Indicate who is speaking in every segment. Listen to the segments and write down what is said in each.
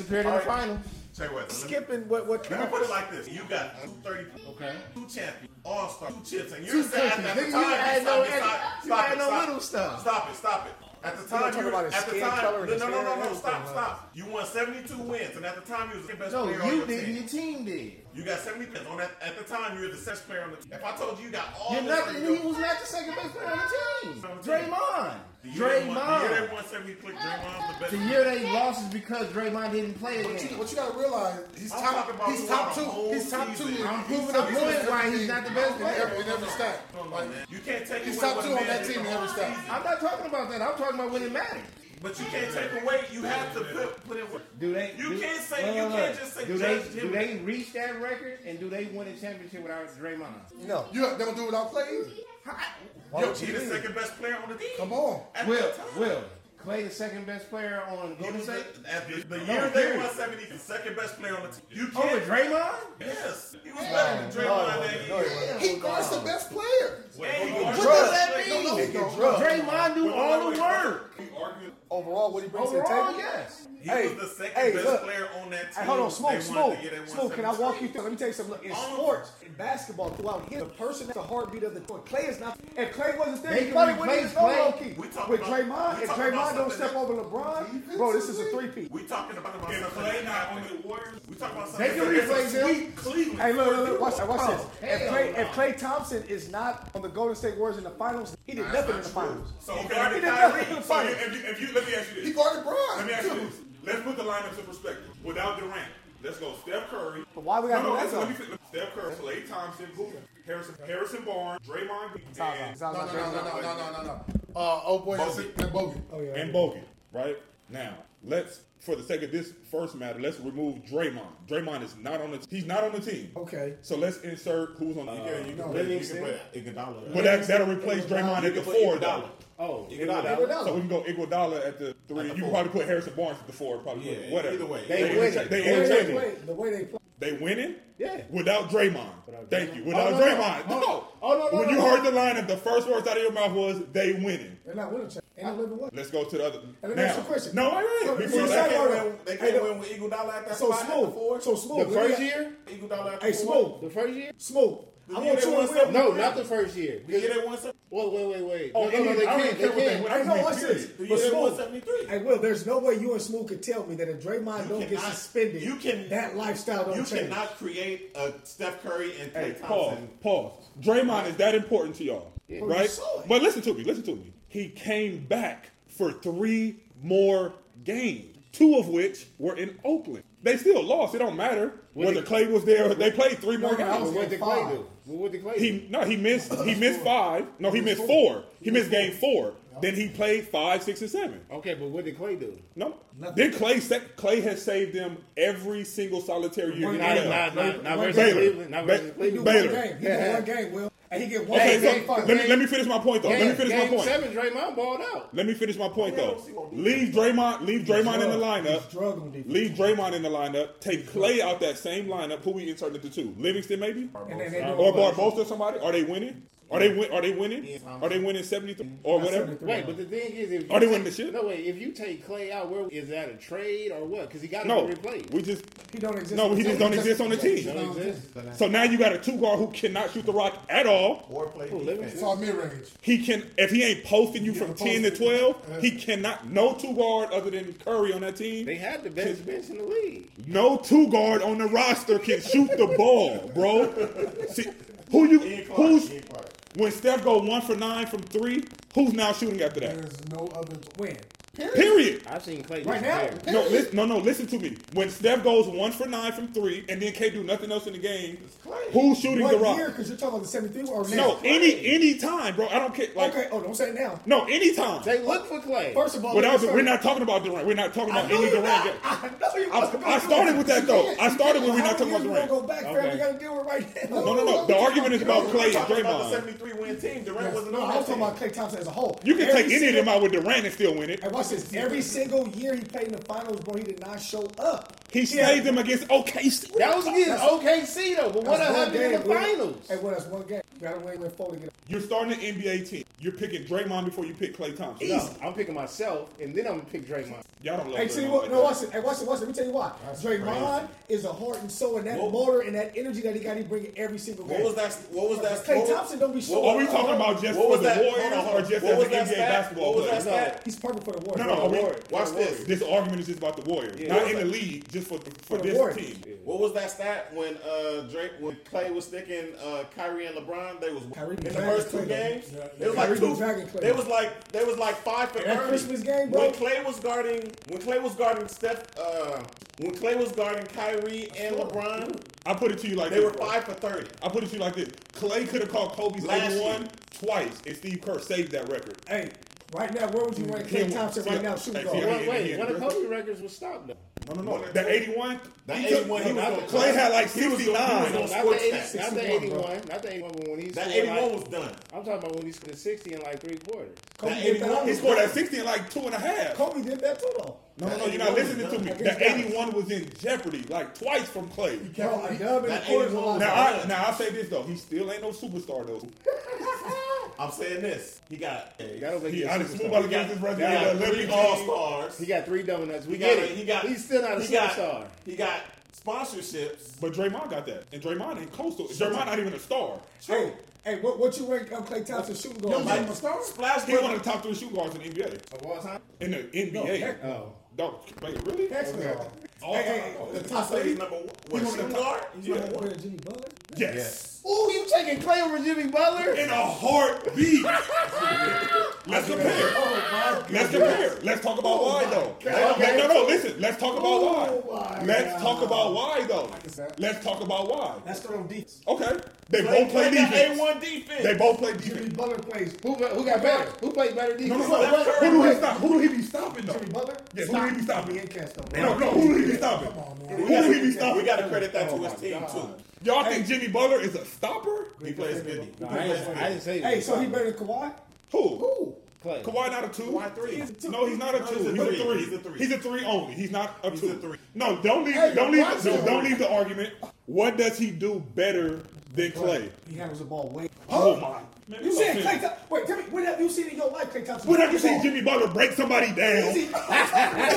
Speaker 1: final.
Speaker 2: Check what.
Speaker 1: Skipping what what
Speaker 2: Let me put it
Speaker 1: counts.
Speaker 2: like this: You got two thirty,
Speaker 1: Okay.
Speaker 2: two champion, all star, two chips, and
Speaker 1: Two
Speaker 2: you're saying
Speaker 1: champions.
Speaker 2: at the
Speaker 1: Nigga,
Speaker 2: time.
Speaker 1: you add
Speaker 2: stop
Speaker 1: no
Speaker 2: it,
Speaker 1: edit.
Speaker 2: stop it,
Speaker 1: You
Speaker 2: stop
Speaker 1: add
Speaker 2: it,
Speaker 1: no
Speaker 2: stop it.
Speaker 1: little stuff.
Speaker 2: Stop it! Stop it! At the
Speaker 3: gonna
Speaker 2: time,
Speaker 3: talk
Speaker 2: you
Speaker 3: about
Speaker 2: were,
Speaker 3: his
Speaker 2: at the
Speaker 3: skin
Speaker 2: time,
Speaker 3: color and
Speaker 2: no,
Speaker 3: his
Speaker 2: no, no,
Speaker 3: hair
Speaker 2: no,
Speaker 3: and
Speaker 2: no!
Speaker 3: everything,
Speaker 2: Stop!
Speaker 3: huh?
Speaker 2: Stop! You won seventy-two wins, and at the time, you was the best
Speaker 1: No,
Speaker 2: player on
Speaker 1: you
Speaker 2: your
Speaker 1: did. Your
Speaker 2: team.
Speaker 1: team did.
Speaker 2: You got seventy wins on that. At the time, you were the sixth player on the team. If I told you, you got all.
Speaker 1: You're
Speaker 2: this
Speaker 1: not.
Speaker 2: on
Speaker 1: He
Speaker 2: your-
Speaker 1: was not the second best player on the team. Draymond.
Speaker 2: The year they won- The year they
Speaker 1: Draymond.
Speaker 2: won seventy, click Draymond's the best.
Speaker 1: The year they lost is because Draymond didn't play
Speaker 3: But you,
Speaker 1: again.
Speaker 3: but you gotta realize he's
Speaker 2: I'm
Speaker 3: top.
Speaker 2: talking about
Speaker 3: He's
Speaker 2: throughout
Speaker 3: top
Speaker 2: the
Speaker 3: two.
Speaker 2: whole
Speaker 3: He's top two.
Speaker 2: season.
Speaker 3: in-
Speaker 1: I'm
Speaker 3: he's
Speaker 1: proving
Speaker 3: top
Speaker 1: a
Speaker 3: two in
Speaker 1: point
Speaker 3: every
Speaker 1: why he's
Speaker 3: league.
Speaker 1: not the best
Speaker 3: In every, in
Speaker 1: player.
Speaker 3: every stat.
Speaker 2: Come on,
Speaker 3: Like,
Speaker 2: man. You can't take
Speaker 3: He's
Speaker 2: away
Speaker 3: top
Speaker 2: what
Speaker 3: two
Speaker 2: a
Speaker 3: on
Speaker 2: man
Speaker 3: that
Speaker 2: did
Speaker 3: team in
Speaker 2: the
Speaker 3: every
Speaker 2: whole
Speaker 3: stat.
Speaker 2: season.
Speaker 1: I'm not talking about that. I'm talking about when it matters.
Speaker 2: But you can't take away. You have to put, put in work.
Speaker 1: Do they?
Speaker 2: You
Speaker 1: do-
Speaker 2: can't say.
Speaker 1: Wait,
Speaker 2: you
Speaker 1: wait,
Speaker 2: can't
Speaker 1: wait.
Speaker 2: just say.
Speaker 1: Do they?
Speaker 2: judge
Speaker 1: Do
Speaker 2: him.
Speaker 1: they reach that record and do they win a championship without Draymond?
Speaker 3: No, you they don't do it without Clay either. Why
Speaker 2: Yo,
Speaker 3: would
Speaker 2: he
Speaker 3: you
Speaker 2: the
Speaker 3: do it?
Speaker 2: second best player on the team.
Speaker 3: Come on.
Speaker 2: At
Speaker 1: Will
Speaker 2: that time.
Speaker 1: Will Clay the second best player on
Speaker 2: He
Speaker 1: Golden
Speaker 2: was
Speaker 1: State
Speaker 2: the, at the, the
Speaker 1: No,
Speaker 2: year they won
Speaker 1: period.
Speaker 2: 70, the second best player on the team.
Speaker 3: Oh,
Speaker 2: You
Speaker 1: over
Speaker 2: can't.
Speaker 1: Draymond?
Speaker 2: yes, he was better than Draymond that
Speaker 3: No,
Speaker 2: year.
Speaker 3: no, he guards the best player.
Speaker 2: And he was
Speaker 1: What
Speaker 2: better
Speaker 1: does that
Speaker 2: than Draymond.
Speaker 1: mean?
Speaker 3: No, no, no, no.
Speaker 1: Draymond do
Speaker 2: Wait, wait,
Speaker 1: all
Speaker 2: wait,
Speaker 1: the
Speaker 2: wait.
Speaker 1: work.
Speaker 2: We argued-
Speaker 3: Overall, what he brings to the
Speaker 1: Overall,
Speaker 3: table.
Speaker 1: yes.
Speaker 2: He
Speaker 3: Hey,
Speaker 2: was the second
Speaker 3: hey,
Speaker 2: best
Speaker 3: look.
Speaker 2: player on that team.
Speaker 3: Hey, hold on,
Speaker 2: They
Speaker 3: smoke,
Speaker 2: won
Speaker 3: smoke,
Speaker 2: the year they won
Speaker 3: smoke. Can I
Speaker 2: 73.
Speaker 3: walk you through? Let me tell you something. Look, in
Speaker 2: All of
Speaker 3: sports, in basketball, throughout history, the person that's the heartbeat of the court. Clay is not. If Clay wasn't there,
Speaker 1: They
Speaker 3: he
Speaker 1: can
Speaker 3: probably wouldn't
Speaker 1: replace
Speaker 3: even know
Speaker 1: Clay.
Speaker 3: low key.
Speaker 2: We talking
Speaker 3: With
Speaker 2: about-
Speaker 3: Draymond, if
Speaker 2: we talking about
Speaker 3: Draymond don't
Speaker 2: something
Speaker 3: step
Speaker 2: that-
Speaker 3: over LeBron, bro, this is a three peat.
Speaker 2: We talking about something.
Speaker 4: If Clay not on the Warriors,
Speaker 2: We talking about
Speaker 1: They
Speaker 2: something.
Speaker 1: can
Speaker 2: that
Speaker 1: replace
Speaker 2: happened.
Speaker 1: him.
Speaker 2: Cleveland.
Speaker 3: Hey, look, look, look, watch that, watch this. If
Speaker 1: hell
Speaker 3: Clay,
Speaker 1: no.
Speaker 3: if Clay Thompson is not on the Golden State Warriors in the finals, he did nothing in the finals.
Speaker 4: So
Speaker 2: He
Speaker 4: if
Speaker 2: guarded
Speaker 4: you-
Speaker 3: Kyrie.
Speaker 4: so you- if you, if you let me ask you this,
Speaker 3: guarded
Speaker 4: let me
Speaker 3: Bron.
Speaker 4: ask you this. Let's put the lineups in perspective. Without Durant, let's go Steph Curry.
Speaker 3: But why we gotta do
Speaker 4: no, no,
Speaker 3: that
Speaker 4: let,
Speaker 3: though?
Speaker 4: let me finish. Steph Curry, Klay Thompson, who? Harrison, Harrison Barnes, Draymond Green, and,
Speaker 3: Zaza,
Speaker 5: No,
Speaker 3: Zaza,
Speaker 5: no,
Speaker 3: Draymond.
Speaker 5: no, no, no, no, no, no. Uh, oh boy, that's it. That bogey.
Speaker 3: Oh, yeah.
Speaker 4: and Bogut. Right now, let's for the sake of this first matter, let's remove Draymond. Draymond is not on the. He's not on the team.
Speaker 3: Okay.
Speaker 4: So let's insert who's on the.
Speaker 5: Uh, Yeah, you
Speaker 4: team.
Speaker 5: know,
Speaker 3: let me
Speaker 5: you can
Speaker 3: extend.
Speaker 5: put Iguodala.
Speaker 4: But that, that'll replace Draymond at the four, though.
Speaker 1: Oh,
Speaker 5: Iguodala.
Speaker 4: So we can go Iguodala at the three.
Speaker 5: the
Speaker 4: you can
Speaker 5: four.
Speaker 4: probably put Harrison Barnes at the four, probably.
Speaker 5: Yeah,
Speaker 4: whatever.
Speaker 5: either way.
Speaker 1: They
Speaker 4: They,
Speaker 1: winning.
Speaker 4: entertain- they
Speaker 3: The way they
Speaker 4: entertaining.
Speaker 3: play, the way they play.
Speaker 4: They winning?
Speaker 1: Yeah.
Speaker 4: Without Draymond. Thank you. Without
Speaker 1: Oh, no, no.
Speaker 4: Draymond. No.
Speaker 1: Oh, oh, no, no,
Speaker 4: When
Speaker 1: no,
Speaker 4: you
Speaker 1: no.
Speaker 4: heard the lineup, the first words out of your mouth was they winning.
Speaker 3: They're not winning. champ- Ain't no living one.
Speaker 4: Let's go to the other.
Speaker 3: And let me
Speaker 4: now.
Speaker 3: ask you a question.
Speaker 4: No, wait, wait.
Speaker 3: So-
Speaker 4: Before
Speaker 3: so
Speaker 4: you
Speaker 3: say-
Speaker 4: say-
Speaker 5: They can't win- They can't win with Iguodala at that
Speaker 3: So
Speaker 5: spot at the four.
Speaker 3: smooth. So smooth.
Speaker 1: the first year,
Speaker 5: Iguodala at the
Speaker 3: Hey,
Speaker 5: four.
Speaker 3: smoke.
Speaker 1: the first year.
Speaker 3: Smoke. I
Speaker 5: The year
Speaker 3: want
Speaker 5: they
Speaker 3: you
Speaker 5: won
Speaker 3: to win.
Speaker 5: seven-
Speaker 1: No, not the first year.
Speaker 5: The year they won seven-
Speaker 1: Wait, wait, wait, wait.
Speaker 4: Oh,
Speaker 1: No, no, no,
Speaker 4: any-
Speaker 1: they
Speaker 4: I don't
Speaker 1: can't. They
Speaker 4: care what they
Speaker 1: can't.
Speaker 4: win.
Speaker 3: I know, watch this.
Speaker 5: The
Speaker 3: But
Speaker 5: year they won
Speaker 3: Smoke,
Speaker 5: seventy-three.
Speaker 3: hey, Will, there's no way you and Smoke could tell me that if Draymond don't get
Speaker 5: cannot-
Speaker 3: suspended,
Speaker 5: you can-
Speaker 3: that lifestyle don't
Speaker 5: You
Speaker 3: change.
Speaker 5: cannot create a Steph Curry and
Speaker 4: Hey,
Speaker 5: Klay
Speaker 4: pause,
Speaker 5: Thompson. Oh,
Speaker 4: pause. Draymond is that important to y'all,
Speaker 3: Well, you
Speaker 4: right?
Speaker 3: saw it.
Speaker 4: But listen to me, listen to me. He came back for three more games, two of which were in Oakland. They still lost. It don't matter whether Clay was there. They played three more
Speaker 3: no, I
Speaker 4: games.
Speaker 3: was-
Speaker 1: What did Clay do? What did Clay do?
Speaker 4: He no, he missed. He missed five. No, he missed four. He missed game four. Then he played five, six, and seven.
Speaker 1: Okay, but what did Clay do?
Speaker 4: No, then Clay sa- Clay has saved them every single solitary year. in the NFL.
Speaker 1: not, not
Speaker 3: Baylor.
Speaker 4: Ba-
Speaker 3: He do one
Speaker 4: Baylor.
Speaker 3: game. He do one game, Will. And he get one
Speaker 4: Okay,
Speaker 3: game.
Speaker 1: Game
Speaker 4: so
Speaker 1: five.
Speaker 4: let me let me finish my point though. Let me finish my
Speaker 1: game
Speaker 4: point.
Speaker 1: seven, Draymond balled out.
Speaker 4: Let me finish my point though. Leave Draymond, leave Draymond in the
Speaker 3: He's
Speaker 4: lineup.
Speaker 3: drug on defense.
Speaker 4: Leave Draymond in the lineup. Take Clay out that same lineup. Who we inserted the two? Livingston maybe,
Speaker 3: And then they do
Speaker 4: or
Speaker 3: a bunch.
Speaker 4: Barbosa or somebody? Are they winning? Are they win? Are they winning? Are they winning seventy three or whatever?
Speaker 3: 73.
Speaker 1: Wait, but the thing is, if
Speaker 4: Are they
Speaker 1: you
Speaker 4: winning
Speaker 1: take-
Speaker 4: the shit?
Speaker 1: No, wait. If you take Clay out, where is that a trade or what? Because he got to
Speaker 4: No,
Speaker 1: be replaced.
Speaker 4: we just
Speaker 3: He don't exist.
Speaker 4: No,
Speaker 3: on
Speaker 4: he
Speaker 3: the
Speaker 4: just
Speaker 3: team.
Speaker 4: don't exist on the
Speaker 3: he
Speaker 4: team.
Speaker 3: don't
Speaker 1: Don't
Speaker 3: exist.
Speaker 4: so now you got a two guard who cannot shoot the rock at all.
Speaker 5: Or play
Speaker 1: Livingston.
Speaker 5: defense.
Speaker 3: It's all mid range.
Speaker 4: He can if he ain't posting you from ten to twelve. He cannot no two guard other than Curry on that team.
Speaker 1: They had the best bench in the league.
Speaker 4: No two guard on the roster can shoot the ball, bro. See, who you
Speaker 5: Ian Clark.
Speaker 4: who's
Speaker 5: Ian Clark.
Speaker 4: when Steph go one for nine from three? Who's now shooting after that?
Speaker 3: There's no other win.
Speaker 4: Period.
Speaker 1: I've seen Clay
Speaker 3: Right now,
Speaker 1: disappear.
Speaker 4: No, listen, no, no. Listen to me. When Steph goes one for nine from three, and then can't do nothing else in the game, who's shooting the
Speaker 3: one year,
Speaker 4: rock?
Speaker 3: because you're talking about the 73 or now.
Speaker 4: No, any any time, bro. I don't care. Like,
Speaker 3: Okay, oh, don't say it now.
Speaker 4: no, any time.
Speaker 1: They look for Clay.
Speaker 3: First of all,
Speaker 4: Without,
Speaker 3: let me
Speaker 4: we're
Speaker 3: say-
Speaker 4: not talking about Durant. We're not talking
Speaker 3: I
Speaker 4: about
Speaker 3: know
Speaker 4: any
Speaker 3: you're not.
Speaker 4: Durant. game.
Speaker 3: I know you're
Speaker 4: I-
Speaker 3: not.
Speaker 4: I started with that, though. I started with we're not talking about
Speaker 3: Durant.
Speaker 4: Durant.
Speaker 3: Go back, fam.
Speaker 1: Okay.
Speaker 3: We gotta deal with it right now.
Speaker 4: No, no, no. The argument is about Clay
Speaker 5: We're
Speaker 4: and
Speaker 5: talking about the
Speaker 4: Draymond.
Speaker 5: 73 win team. Durant
Speaker 3: Yes.
Speaker 5: wasn't
Speaker 3: No,
Speaker 5: on
Speaker 3: I
Speaker 5: that
Speaker 3: was talking
Speaker 5: team.
Speaker 3: about Clay Thompson as a whole.
Speaker 4: You can
Speaker 3: Every
Speaker 4: take any of
Speaker 3: single-
Speaker 4: them out with Durant and still win it.
Speaker 3: And watch this. Every single year he played in the finals, bro, he did not show up.
Speaker 4: He saved them against OKC.
Speaker 1: That was against OKC though, but what
Speaker 3: That's one
Speaker 1: happened in the
Speaker 3: game, bro.
Speaker 1: finals?
Speaker 3: Hey, well, that's one game. Got away with four to get.
Speaker 4: You're starting an NBA team. You're picking Draymond before you pick Clay Thompson.
Speaker 1: No, I'm picking myself, and then I'm gonna pick Draymond.
Speaker 4: Y'all don't love
Speaker 3: Hey,
Speaker 4: Draymond
Speaker 3: see what?
Speaker 4: like
Speaker 3: No,
Speaker 4: that.
Speaker 3: watch it. Hey, watch it. Watch it. Let me tell you why. Draymond is a heart and soul, and that motor and that energy that he got, he bring it every single game.
Speaker 5: What was that? What was that?
Speaker 3: Klay
Speaker 5: what-
Speaker 3: Thompson don't be short.
Speaker 4: Are we talking about just
Speaker 5: What
Speaker 4: for
Speaker 5: was
Speaker 4: the
Speaker 5: that? Hold
Speaker 4: Warriors
Speaker 5: on, hold
Speaker 4: or
Speaker 5: on.
Speaker 4: just
Speaker 5: What
Speaker 4: as
Speaker 5: was
Speaker 4: an
Speaker 5: that
Speaker 4: NBA
Speaker 5: stat?
Speaker 4: basketball
Speaker 5: What was
Speaker 4: player?
Speaker 5: that stat?
Speaker 3: He's perfect for the Warriors.
Speaker 4: No, no, are we-
Speaker 5: Watch this.
Speaker 4: this argument is just about the Warriors, not in the league, just for for,
Speaker 3: the
Speaker 4: this
Speaker 3: Warriors.
Speaker 4: team.
Speaker 5: What was that stat when uh Drake when Clay was sticking uh Kyrie and LeBron? They was
Speaker 3: Kyrie
Speaker 5: in the
Speaker 3: dragging
Speaker 5: first two
Speaker 3: Clay, though.
Speaker 5: games.
Speaker 3: Yeah,
Speaker 5: It was
Speaker 3: Kyrie
Speaker 5: like two.
Speaker 3: dragging Clay,
Speaker 5: They
Speaker 3: though.
Speaker 5: was like they was like five for
Speaker 3: That
Speaker 5: 30.
Speaker 3: Christmas game, bro?
Speaker 5: When Clay was guarding when Clay was guarding Steph uh when Clay was guarding Kyrie and LeBron,
Speaker 4: I put it to you like
Speaker 5: they
Speaker 4: this,
Speaker 5: were
Speaker 4: bro.
Speaker 5: five for thirty.
Speaker 4: I put it to you like this: Clay could have caught Kobe's
Speaker 5: Last
Speaker 4: eighty-one
Speaker 5: year.
Speaker 4: twice, and Steve Kerr saved that record.
Speaker 3: Hey, right now, where would you rank Klay
Speaker 4: Yeah,
Speaker 3: Thompson
Speaker 4: yeah.
Speaker 3: right now? Shoot
Speaker 4: Hey,
Speaker 3: guard.
Speaker 4: yeah.
Speaker 1: Wait,
Speaker 4: yeah,
Speaker 1: wait, one of
Speaker 4: bro.
Speaker 1: Kobe records was stopped though.
Speaker 4: No, no, no. The eighty-one,
Speaker 5: That
Speaker 4: he took-
Speaker 5: 81, he was gonna-
Speaker 4: Clay had like
Speaker 5: he was gonna- he was
Speaker 4: sixty-nine.
Speaker 5: gonna-
Speaker 1: Not
Speaker 5: Sports
Speaker 1: the, 80,
Speaker 5: stats.
Speaker 1: not the
Speaker 3: 61, bro.
Speaker 1: 81, not the 81 but when he
Speaker 5: That
Speaker 1: scored,
Speaker 5: eighty
Speaker 1: like-
Speaker 5: one was done.
Speaker 1: I'm talking about when he scored 60 in like three quarters.
Speaker 3: Kobe
Speaker 5: That
Speaker 3: did that
Speaker 5: 81
Speaker 4: He
Speaker 3: too.
Speaker 4: scored at sixty in like two and a half.
Speaker 3: Kobe did that too, though.
Speaker 4: No, no, no, you're not listening to me.
Speaker 3: Against
Speaker 4: The
Speaker 3: Dallas.
Speaker 4: 81 was in jeopardy like twice from Clay.
Speaker 3: Bro, a dub in the
Speaker 5: That
Speaker 3: quarters
Speaker 5: 81
Speaker 3: was a
Speaker 4: Now
Speaker 3: lot.
Speaker 4: I now I say this though, he still ain't no superstar though.
Speaker 5: I'm saying this. He got he
Speaker 1: That'll make
Speaker 4: He
Speaker 1: you a
Speaker 4: I just
Speaker 1: superstar.
Speaker 4: move out against his resume.
Speaker 5: got
Speaker 4: at
Speaker 5: three
Speaker 4: 11
Speaker 5: all
Speaker 4: all
Speaker 5: stars.
Speaker 1: He got three double nuts. We
Speaker 5: He
Speaker 1: get
Speaker 5: got,
Speaker 1: it.
Speaker 5: he got,
Speaker 1: He's still not a
Speaker 5: he
Speaker 1: superstar.
Speaker 5: Got, he got sponsorships.
Speaker 4: But Draymond got that, and Draymond ain't coastal. Draymond not even a star.
Speaker 3: Hey, hey, what, what you rank um, Klay Thompson shooting guard? Like,
Speaker 5: Like, Splash
Speaker 4: He's one
Speaker 5: Brothers.
Speaker 4: of the top three shooting guards in the NBA.
Speaker 1: Of all time?
Speaker 4: In the NBA,
Speaker 3: heck
Speaker 1: no.
Speaker 4: dog, wait, really?
Speaker 3: That's
Speaker 4: Okay.
Speaker 3: all.
Speaker 4: All
Speaker 3: Hey,
Speaker 4: time.
Speaker 3: hey,
Speaker 4: Oh,
Speaker 3: the
Speaker 4: yeah.
Speaker 5: I say he's number one.
Speaker 4: He's one of
Speaker 5: What,
Speaker 4: the
Speaker 5: shooting
Speaker 4: top-
Speaker 5: guard?
Speaker 3: You
Speaker 5: Yeah.
Speaker 3: rank better than Jimmy Butler?
Speaker 4: Yes.
Speaker 1: Ooh, you taking Clay over Jimmy Butler?
Speaker 4: In a heartbeat. Let's compare.
Speaker 3: Oh, my
Speaker 4: Let's compare. Let's talk about why though.
Speaker 1: God.
Speaker 4: Let- No, no, listen. Let's talk about
Speaker 3: Oh,
Speaker 4: why.
Speaker 3: my
Speaker 4: Let's
Speaker 3: God.
Speaker 4: talk about why though.
Speaker 3: that.
Speaker 4: Let's talk about why.
Speaker 3: That's the on defense.
Speaker 4: Okay. They both play defense.
Speaker 5: A1 defense.
Speaker 4: They both play
Speaker 3: Jimmy
Speaker 4: defense.
Speaker 3: Butler plays.
Speaker 1: Who, who got better? Who played better defense?
Speaker 4: No, no, no.
Speaker 5: Well, that's
Speaker 4: Who do he
Speaker 5: correct.
Speaker 4: stop? Who do he be stopping though?
Speaker 3: Jimmy Butler?
Speaker 4: Yes, who do he be stopping?
Speaker 3: He ain't cast though.
Speaker 4: No, no. Who do he be stopping?
Speaker 3: Come on, man.
Speaker 4: Who
Speaker 5: we gotta,
Speaker 4: do he be stopping?
Speaker 5: we gotta credit that
Speaker 1: Oh
Speaker 5: to his
Speaker 1: my
Speaker 5: team
Speaker 1: God.
Speaker 5: too.
Speaker 4: Y'all think Jimmy Butler is a stopper?
Speaker 5: He plays good.
Speaker 1: I, didn't, I didn't say
Speaker 3: Hey,
Speaker 1: that.
Speaker 3: so he better than Kawhi?
Speaker 4: Who?
Speaker 3: Who?
Speaker 1: Clay.
Speaker 4: Kawhi not a two.
Speaker 5: Kawhi three.
Speaker 4: He's a two. No, he's not a
Speaker 5: No,
Speaker 4: two.
Speaker 5: he's a
Speaker 4: He's a
Speaker 5: three.
Speaker 4: three.
Speaker 5: He's a three.
Speaker 4: He's a three only. He's not a
Speaker 5: He's
Speaker 4: two.
Speaker 5: a three.
Speaker 4: No, don't leave.
Speaker 3: Hey,
Speaker 4: don't leave.
Speaker 3: Kawhi's
Speaker 4: The,
Speaker 3: a
Speaker 4: don't
Speaker 3: three.
Speaker 4: leave the argument. What does he do better than Clay?
Speaker 3: He handles the ball way.
Speaker 4: Oh my! Man,
Speaker 3: You
Speaker 4: we
Speaker 3: said
Speaker 4: don't
Speaker 3: Clay
Speaker 4: see-
Speaker 3: Thompson? Wait, tell me, when have you seen in your life Clay Thompson?
Speaker 4: When have you seen Jimmy Butler break somebody down?
Speaker 3: Is he-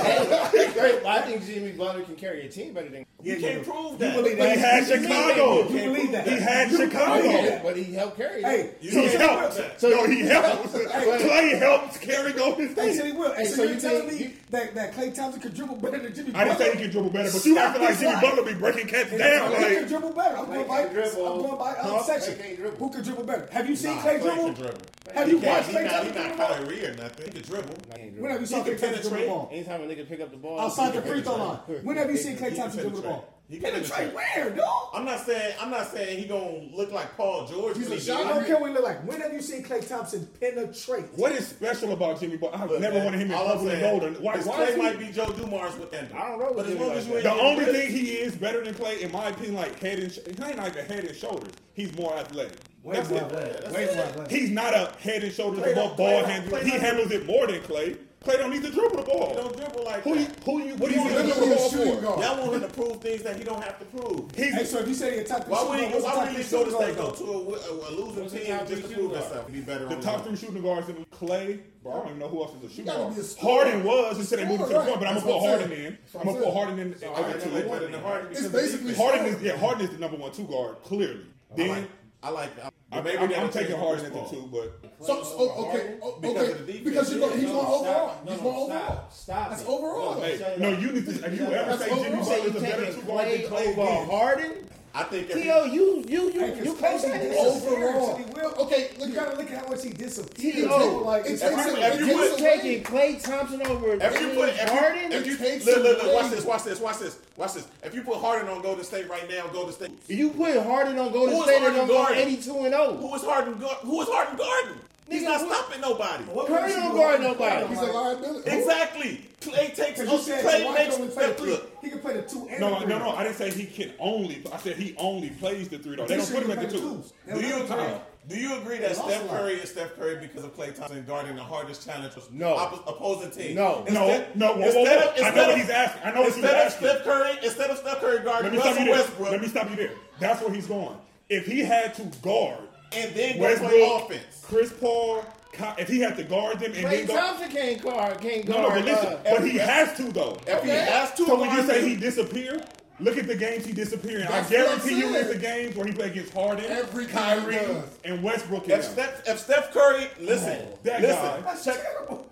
Speaker 1: Hey, well, I think Jimmy Butler can carry a team better than
Speaker 5: You can't prove
Speaker 3: You
Speaker 5: that.
Speaker 3: believe
Speaker 4: But he
Speaker 3: that?
Speaker 4: had Chicago.
Speaker 3: You believe that?
Speaker 4: He had
Speaker 3: You believe
Speaker 4: Chicago.
Speaker 3: that?
Speaker 1: But he helped carry them.
Speaker 3: Hey,
Speaker 5: You
Speaker 4: So he
Speaker 5: can't
Speaker 4: helped.
Speaker 5: prove that.
Speaker 1: So-
Speaker 4: no, he helped.
Speaker 1: Hey.
Speaker 4: Clay helped carry on his
Speaker 3: Hey, so he
Speaker 4: team.
Speaker 3: will. Hey,
Speaker 1: Hey,
Speaker 3: so,
Speaker 1: so
Speaker 3: you're
Speaker 1: you
Speaker 3: telling
Speaker 1: think-
Speaker 3: me
Speaker 1: you-
Speaker 3: that, that Clay Thompson could dribble better than Jimmy Butler?
Speaker 4: I didn't say he could dribble better, but I feel like Jimmy Butler be breaking cats down.
Speaker 3: Who can
Speaker 4: Like
Speaker 3: dribble better? I'm
Speaker 1: Clay
Speaker 3: going
Speaker 1: can
Speaker 3: by, I'm
Speaker 1: dribble.
Speaker 3: going by
Speaker 1: Huh?
Speaker 3: uh,
Speaker 1: Clay
Speaker 3: section.
Speaker 1: can't dribble.
Speaker 3: Who can dribble better? Have you seen
Speaker 5: Nah,
Speaker 3: Clay
Speaker 5: Clay can
Speaker 3: dribble?
Speaker 5: dribble.
Speaker 3: Have
Speaker 5: He
Speaker 3: you
Speaker 5: can't-
Speaker 3: watched
Speaker 5: he
Speaker 3: Clay
Speaker 5: not, he
Speaker 3: Thompson
Speaker 5: not
Speaker 3: dribble better?
Speaker 5: Kyrie or nothing. He can dribble.
Speaker 3: When have you seen
Speaker 5: He
Speaker 3: Clay
Speaker 5: can
Speaker 3: Thompson dribble the
Speaker 5: penetrate.
Speaker 3: ball?
Speaker 1: Anytime a nigga pick up the ball,
Speaker 3: Outside the
Speaker 1: he
Speaker 3: free throw
Speaker 1: penetrate.
Speaker 3: line. When have you seen Clay
Speaker 5: can
Speaker 3: Thompson dribble the
Speaker 5: penetrate.
Speaker 3: ball?
Speaker 5: He can
Speaker 3: Penetrate
Speaker 5: penetrate.
Speaker 3: where, dude?
Speaker 5: I'm not saying I'm not saying he gonna look like Paul George.
Speaker 1: He's
Speaker 5: when
Speaker 1: a
Speaker 5: he
Speaker 1: shot
Speaker 5: do
Speaker 3: I
Speaker 5: it.
Speaker 3: don't care what he look like. When have you seen Klay Thompson penetrate?
Speaker 4: what is special about Jimmy Butler? I've
Speaker 5: Look,
Speaker 4: never
Speaker 5: man,
Speaker 4: wanted him in
Speaker 5: all I'm
Speaker 4: purple and
Speaker 5: saying
Speaker 4: gold. Why?
Speaker 5: is
Speaker 4: why
Speaker 5: Clay
Speaker 4: is he-
Speaker 5: might be Joe Dumars with them.
Speaker 1: I don't roll
Speaker 5: But
Speaker 1: with
Speaker 5: as
Speaker 1: him
Speaker 5: long
Speaker 1: like
Speaker 5: as you
Speaker 1: that.
Speaker 5: ain't
Speaker 4: The
Speaker 5: getting
Speaker 4: only
Speaker 5: ripped,
Speaker 4: thing he is better than Clay, in my opinion, like head and sh- he ain't like a head and shoulders. He's more athletic.
Speaker 3: Way
Speaker 4: That's
Speaker 3: more
Speaker 4: it.
Speaker 3: athletic. Way more athletic.
Speaker 4: He's not a head and shoulders
Speaker 5: Clay
Speaker 4: above
Speaker 5: don't-
Speaker 4: ball
Speaker 5: Clay don't-
Speaker 4: handler.
Speaker 5: Clay
Speaker 4: He
Speaker 5: don't-
Speaker 4: handles it more than Clay. Clay don't need to dribble the ball.
Speaker 5: he don't dribble like
Speaker 4: Who you,
Speaker 5: that.
Speaker 4: who you, what do you
Speaker 3: He's
Speaker 4: want to
Speaker 3: literally
Speaker 4: dribble the
Speaker 3: a
Speaker 4: ball
Speaker 3: shooting
Speaker 4: for?
Speaker 3: guard.
Speaker 5: Y'all want him to prove things that he don't have to prove.
Speaker 4: He's
Speaker 3: Hey, so if you say your top three
Speaker 5: Why
Speaker 3: shooting
Speaker 5: would he?
Speaker 3: guard, what's the
Speaker 5: Why
Speaker 3: top
Speaker 5: would
Speaker 3: three
Speaker 5: he go to
Speaker 3: shooting guard
Speaker 5: state go
Speaker 3: though?
Speaker 5: to a, a, a losing
Speaker 1: What's the
Speaker 5: team
Speaker 1: top
Speaker 5: just to
Speaker 1: three
Speaker 5: prove
Speaker 1: shooting
Speaker 5: himself? Be better.
Speaker 4: the
Speaker 5: on
Speaker 4: top
Speaker 5: one.
Speaker 4: three shooting guards in Clay. Bro, I don't even know who else is a shooting
Speaker 3: gotta
Speaker 4: guard.
Speaker 3: be a scorer.
Speaker 4: Harden was instead of moving to the
Speaker 3: Scorer,
Speaker 4: point, but I'm
Speaker 3: right.
Speaker 4: gonna put
Speaker 3: That's what I'm
Speaker 4: Harden
Speaker 3: saying.
Speaker 4: in.
Speaker 3: That's what
Speaker 4: I'm
Speaker 3: I'm
Speaker 4: gonna put
Speaker 3: saying.
Speaker 4: Harden in.
Speaker 5: I
Speaker 4: over
Speaker 5: like
Speaker 4: two.
Speaker 5: Clay better than Harden because
Speaker 3: It's
Speaker 5: of the
Speaker 3: basically
Speaker 5: defense.
Speaker 4: Harden is yeah. Harden is the number one two guard clearly.
Speaker 5: I
Speaker 4: Then
Speaker 5: like. I like. I-
Speaker 4: I'm,
Speaker 5: maybe
Speaker 4: I'm-
Speaker 5: they'll
Speaker 4: I'm taking
Speaker 5: change
Speaker 4: Harden at
Speaker 5: Chris
Speaker 4: the
Speaker 5: Paul.
Speaker 4: two, but
Speaker 6: So, so okay, o-
Speaker 5: Because
Speaker 6: okay,
Speaker 5: of the defense,
Speaker 6: because you're going,
Speaker 5: yeah.
Speaker 6: he's going
Speaker 1: Stop.
Speaker 6: overall.
Speaker 1: No,
Speaker 6: he's
Speaker 1: no,
Speaker 6: going
Speaker 1: stop.
Speaker 6: overall.
Speaker 1: Stop
Speaker 6: That's
Speaker 1: it.
Speaker 6: overall.
Speaker 1: No,
Speaker 4: Hey, no, you need to. If you ever
Speaker 6: That's
Speaker 4: say
Speaker 6: over-
Speaker 4: Jimmy
Speaker 6: you
Speaker 1: E Say
Speaker 4: Butler
Speaker 1: you
Speaker 4: is a better
Speaker 1: taking
Speaker 4: two guard than
Speaker 1: Clay
Speaker 4: Clay,
Speaker 1: over
Speaker 4: again.
Speaker 1: Harden?
Speaker 5: I think. if he-
Speaker 1: T.O., you, you,
Speaker 3: Hey,
Speaker 1: you,
Speaker 3: 'cause
Speaker 1: you
Speaker 3: Clay
Speaker 1: close that
Speaker 3: did
Speaker 1: is.
Speaker 3: disappear
Speaker 6: Overall.
Speaker 3: until he will.
Speaker 6: Okay,
Speaker 3: You
Speaker 6: look-
Speaker 3: gotta look at how much he disappeared.
Speaker 1: T.O.
Speaker 3: People Like,
Speaker 6: It's-
Speaker 3: it's
Speaker 6: it's-
Speaker 3: like-
Speaker 5: if you
Speaker 6: it
Speaker 5: put-
Speaker 6: takes away-
Speaker 1: Taking Klay Thompson over
Speaker 5: If you put if
Speaker 1: Harden?
Speaker 5: you, if you
Speaker 6: It takes
Speaker 5: look, look, look,
Speaker 6: away-
Speaker 5: watch this, watch this, watch this, watch this. If you put Harden on Golden State right now, Golden State.
Speaker 1: You put Harden on Golden
Speaker 5: Who is
Speaker 1: State and
Speaker 5: Harden
Speaker 1: on
Speaker 5: guarding?
Speaker 1: 82 and oh. 0.
Speaker 5: Who is Harden? guard- Who is Harden guarding? He's not stopping nobody.
Speaker 1: Curry don't guard nobody.
Speaker 6: He's a liability.
Speaker 5: Exactly. Clay takes.
Speaker 3: Because you said
Speaker 5: Clay
Speaker 3: Kawhi
Speaker 5: makes.
Speaker 3: can only play the
Speaker 5: Look,
Speaker 3: three. He can play the two and
Speaker 4: No,
Speaker 3: the three.
Speaker 4: no, no. I didn't say he can only. I said he only plays the three. Though they
Speaker 3: He
Speaker 4: don't put him
Speaker 3: shouldn't
Speaker 4: at the
Speaker 3: play
Speaker 4: two.
Speaker 3: twos.
Speaker 5: Do you agree?
Speaker 4: Uh-uh.
Speaker 5: Do you agree that
Speaker 3: lost a
Speaker 5: Steph
Speaker 3: lot.
Speaker 5: Curry is Steph Curry because of Clay Thompson guarding the hardest challenge was
Speaker 1: No.
Speaker 5: oppo- opposing team?
Speaker 1: No.
Speaker 4: No, no. Whoa, whoa, whoa.
Speaker 5: instead
Speaker 4: I know
Speaker 5: instead
Speaker 4: what he's asking. I know what he's
Speaker 5: instead of
Speaker 4: asking.
Speaker 5: Steph Curry, instead of Steph Curry guarding
Speaker 4: Let me stop
Speaker 5: Russell
Speaker 4: you there.
Speaker 5: Westbrook,
Speaker 4: Let me stop you there. That's where he's going. If he had to guard
Speaker 5: and then go play
Speaker 4: Westbrook,
Speaker 5: offense.
Speaker 4: Chris Paul, Ky- if he had to guard them and
Speaker 1: Clay
Speaker 4: then go,
Speaker 1: Thompson can't guard. Can't
Speaker 4: no, no,
Speaker 1: guard.
Speaker 4: but listen,
Speaker 1: uh,
Speaker 4: but he has to though.
Speaker 5: If he has to,
Speaker 4: So when you
Speaker 5: guard
Speaker 4: say
Speaker 5: them-
Speaker 4: he disappeared, look at the games he disappeared. in. I
Speaker 6: That's what I'm
Speaker 4: guarantee you,
Speaker 6: saying.
Speaker 4: it's the games where he played against Harden,
Speaker 6: Every
Speaker 4: Kyrie,
Speaker 6: game he does.
Speaker 4: and Westbrook. and
Speaker 5: if
Speaker 4: them.
Speaker 5: Steph, if Steph Curry, listen,
Speaker 4: that
Speaker 5: listen,
Speaker 4: guy.
Speaker 5: check,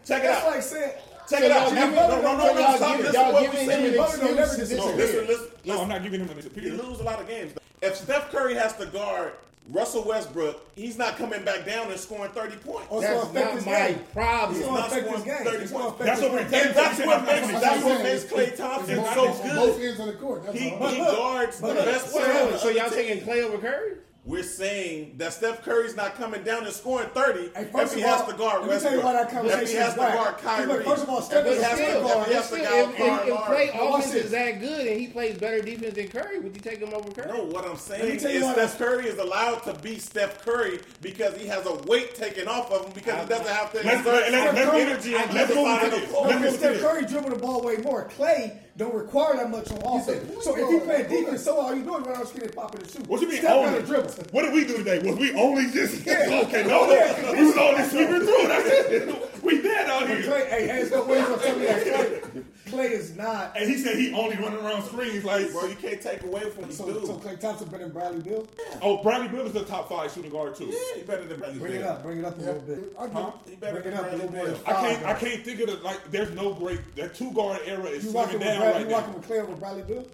Speaker 5: check it
Speaker 3: That's
Speaker 5: out,
Speaker 3: like saying.
Speaker 5: check
Speaker 1: So
Speaker 5: it
Speaker 1: y'all
Speaker 5: out.
Speaker 1: giving-
Speaker 5: No, no, no, no,
Speaker 1: so y'all
Speaker 5: no, stop.
Speaker 1: giving-
Speaker 5: This
Speaker 1: y'all
Speaker 5: is what we
Speaker 1: giving
Speaker 5: said.
Speaker 1: him
Speaker 3: Butler
Speaker 1: an
Speaker 3: don't
Speaker 1: excuse
Speaker 3: never
Speaker 1: to
Speaker 3: disappear.
Speaker 5: No,
Speaker 1: disappear.
Speaker 5: listen, listen,
Speaker 4: no,
Speaker 5: listen.
Speaker 4: I'm not giving him an
Speaker 5: You
Speaker 4: disappearance.
Speaker 5: lose a lot of games. If Steph Curry has to guard Russell Westbrook, he's not coming back down and scoring 30 points.
Speaker 3: Oh, it's
Speaker 1: That's
Speaker 3: gonna affect
Speaker 1: not
Speaker 3: his
Speaker 1: my
Speaker 3: game.
Speaker 1: problem.
Speaker 3: It's gonna
Speaker 5: Not
Speaker 3: affect his
Speaker 5: scoring
Speaker 3: game.
Speaker 5: 30
Speaker 3: It's gonna
Speaker 5: points.
Speaker 3: affect
Speaker 4: That's
Speaker 3: his
Speaker 4: what
Speaker 3: game.
Speaker 4: we're
Speaker 5: And that's what
Speaker 6: That's
Speaker 5: makes that's
Speaker 6: what I'm
Speaker 5: what
Speaker 6: saying.
Speaker 5: makes Clay
Speaker 6: It's
Speaker 5: Thompson
Speaker 6: both-
Speaker 5: so
Speaker 6: it's on Both
Speaker 5: good.
Speaker 6: ends of the court. That's
Speaker 5: He,
Speaker 6: all.
Speaker 5: he guards the
Speaker 3: but look,
Speaker 1: So,
Speaker 5: best player. on the
Speaker 1: so
Speaker 5: other
Speaker 1: y'all
Speaker 5: team.
Speaker 1: taking Clay over Curry?
Speaker 5: We're saying that Steph Curry's not coming down and scoring 30
Speaker 3: Hey,
Speaker 5: if
Speaker 3: first
Speaker 5: he
Speaker 3: of all,
Speaker 5: has to guard
Speaker 3: let me tell you
Speaker 5: Westbrook.
Speaker 3: why that conversation
Speaker 5: If he has
Speaker 3: is
Speaker 5: to
Speaker 3: whack.
Speaker 5: guard
Speaker 3: Because
Speaker 5: Kyrie.
Speaker 3: first of all, Steph
Speaker 5: If
Speaker 1: But
Speaker 5: he
Speaker 3: is
Speaker 5: has to
Speaker 1: still,
Speaker 5: guard-
Speaker 1: but
Speaker 5: if he
Speaker 1: still,
Speaker 5: has
Speaker 1: if,
Speaker 5: to
Speaker 1: if,
Speaker 5: guard
Speaker 1: if Clay
Speaker 5: Harden.
Speaker 3: Now, watch
Speaker 1: offense
Speaker 3: this.
Speaker 1: is that good and he plays better defense than Curry, would you take him over Curry?
Speaker 5: No, what I'm saying
Speaker 3: me
Speaker 5: is
Speaker 3: tell you why
Speaker 5: Steph Curry is allowed to be Steph Curry because he has a weight taken off of him because he doesn't have to
Speaker 4: Let's,
Speaker 5: exert
Speaker 4: let, let,
Speaker 5: certain
Speaker 4: let's,
Speaker 5: energy on
Speaker 4: let's,
Speaker 5: the
Speaker 4: let's
Speaker 5: other
Speaker 4: go
Speaker 5: side
Speaker 4: into
Speaker 5: of the
Speaker 4: this.
Speaker 5: court.
Speaker 4: Let's go
Speaker 3: Because
Speaker 4: into
Speaker 3: Steph
Speaker 4: this.
Speaker 3: Curry dribbled the ball way more. Clay don't require that much on
Speaker 6: a
Speaker 3: offense. So if
Speaker 6: point
Speaker 3: he
Speaker 6: guard.
Speaker 3: playing defense, so all you doing is running out screen and popping the shoe.
Speaker 4: What you mean
Speaker 3: Steph
Speaker 4: only?
Speaker 3: got a dribble.
Speaker 4: What did we do today? Was we only just
Speaker 3: Yeah.
Speaker 4: okay? No,
Speaker 3: Yeah.
Speaker 4: we was only sweeping through. That's it. We dead out
Speaker 3: But
Speaker 4: here.
Speaker 3: Clay, hey, hey, it's no way you're gonna tell me that Clay, Clay is not.
Speaker 4: And he said he only running around screens like.
Speaker 5: Bro, you can't take away from these
Speaker 3: So,
Speaker 5: dudes.
Speaker 3: so Clay Thompson better than Bradley Bill.
Speaker 4: Oh, Bradley Bill is the top five shooting guard too.
Speaker 5: Yeah, you better than Bradley
Speaker 3: Bring it
Speaker 5: Beal.
Speaker 3: up, bring it up a little bit.
Speaker 6: I get
Speaker 4: Huh?
Speaker 6: it.
Speaker 5: He better
Speaker 3: Bring
Speaker 5: than
Speaker 3: it up a
Speaker 5: Bradley
Speaker 3: little
Speaker 5: Beal.
Speaker 3: bit.
Speaker 4: I can't. I can't think of the like. There's no great. That two guard era is
Speaker 3: You
Speaker 4: slimming
Speaker 3: walking with
Speaker 4: down
Speaker 3: Brad,
Speaker 4: right
Speaker 3: you
Speaker 4: now.
Speaker 3: walking with Clay over Bradley Bill?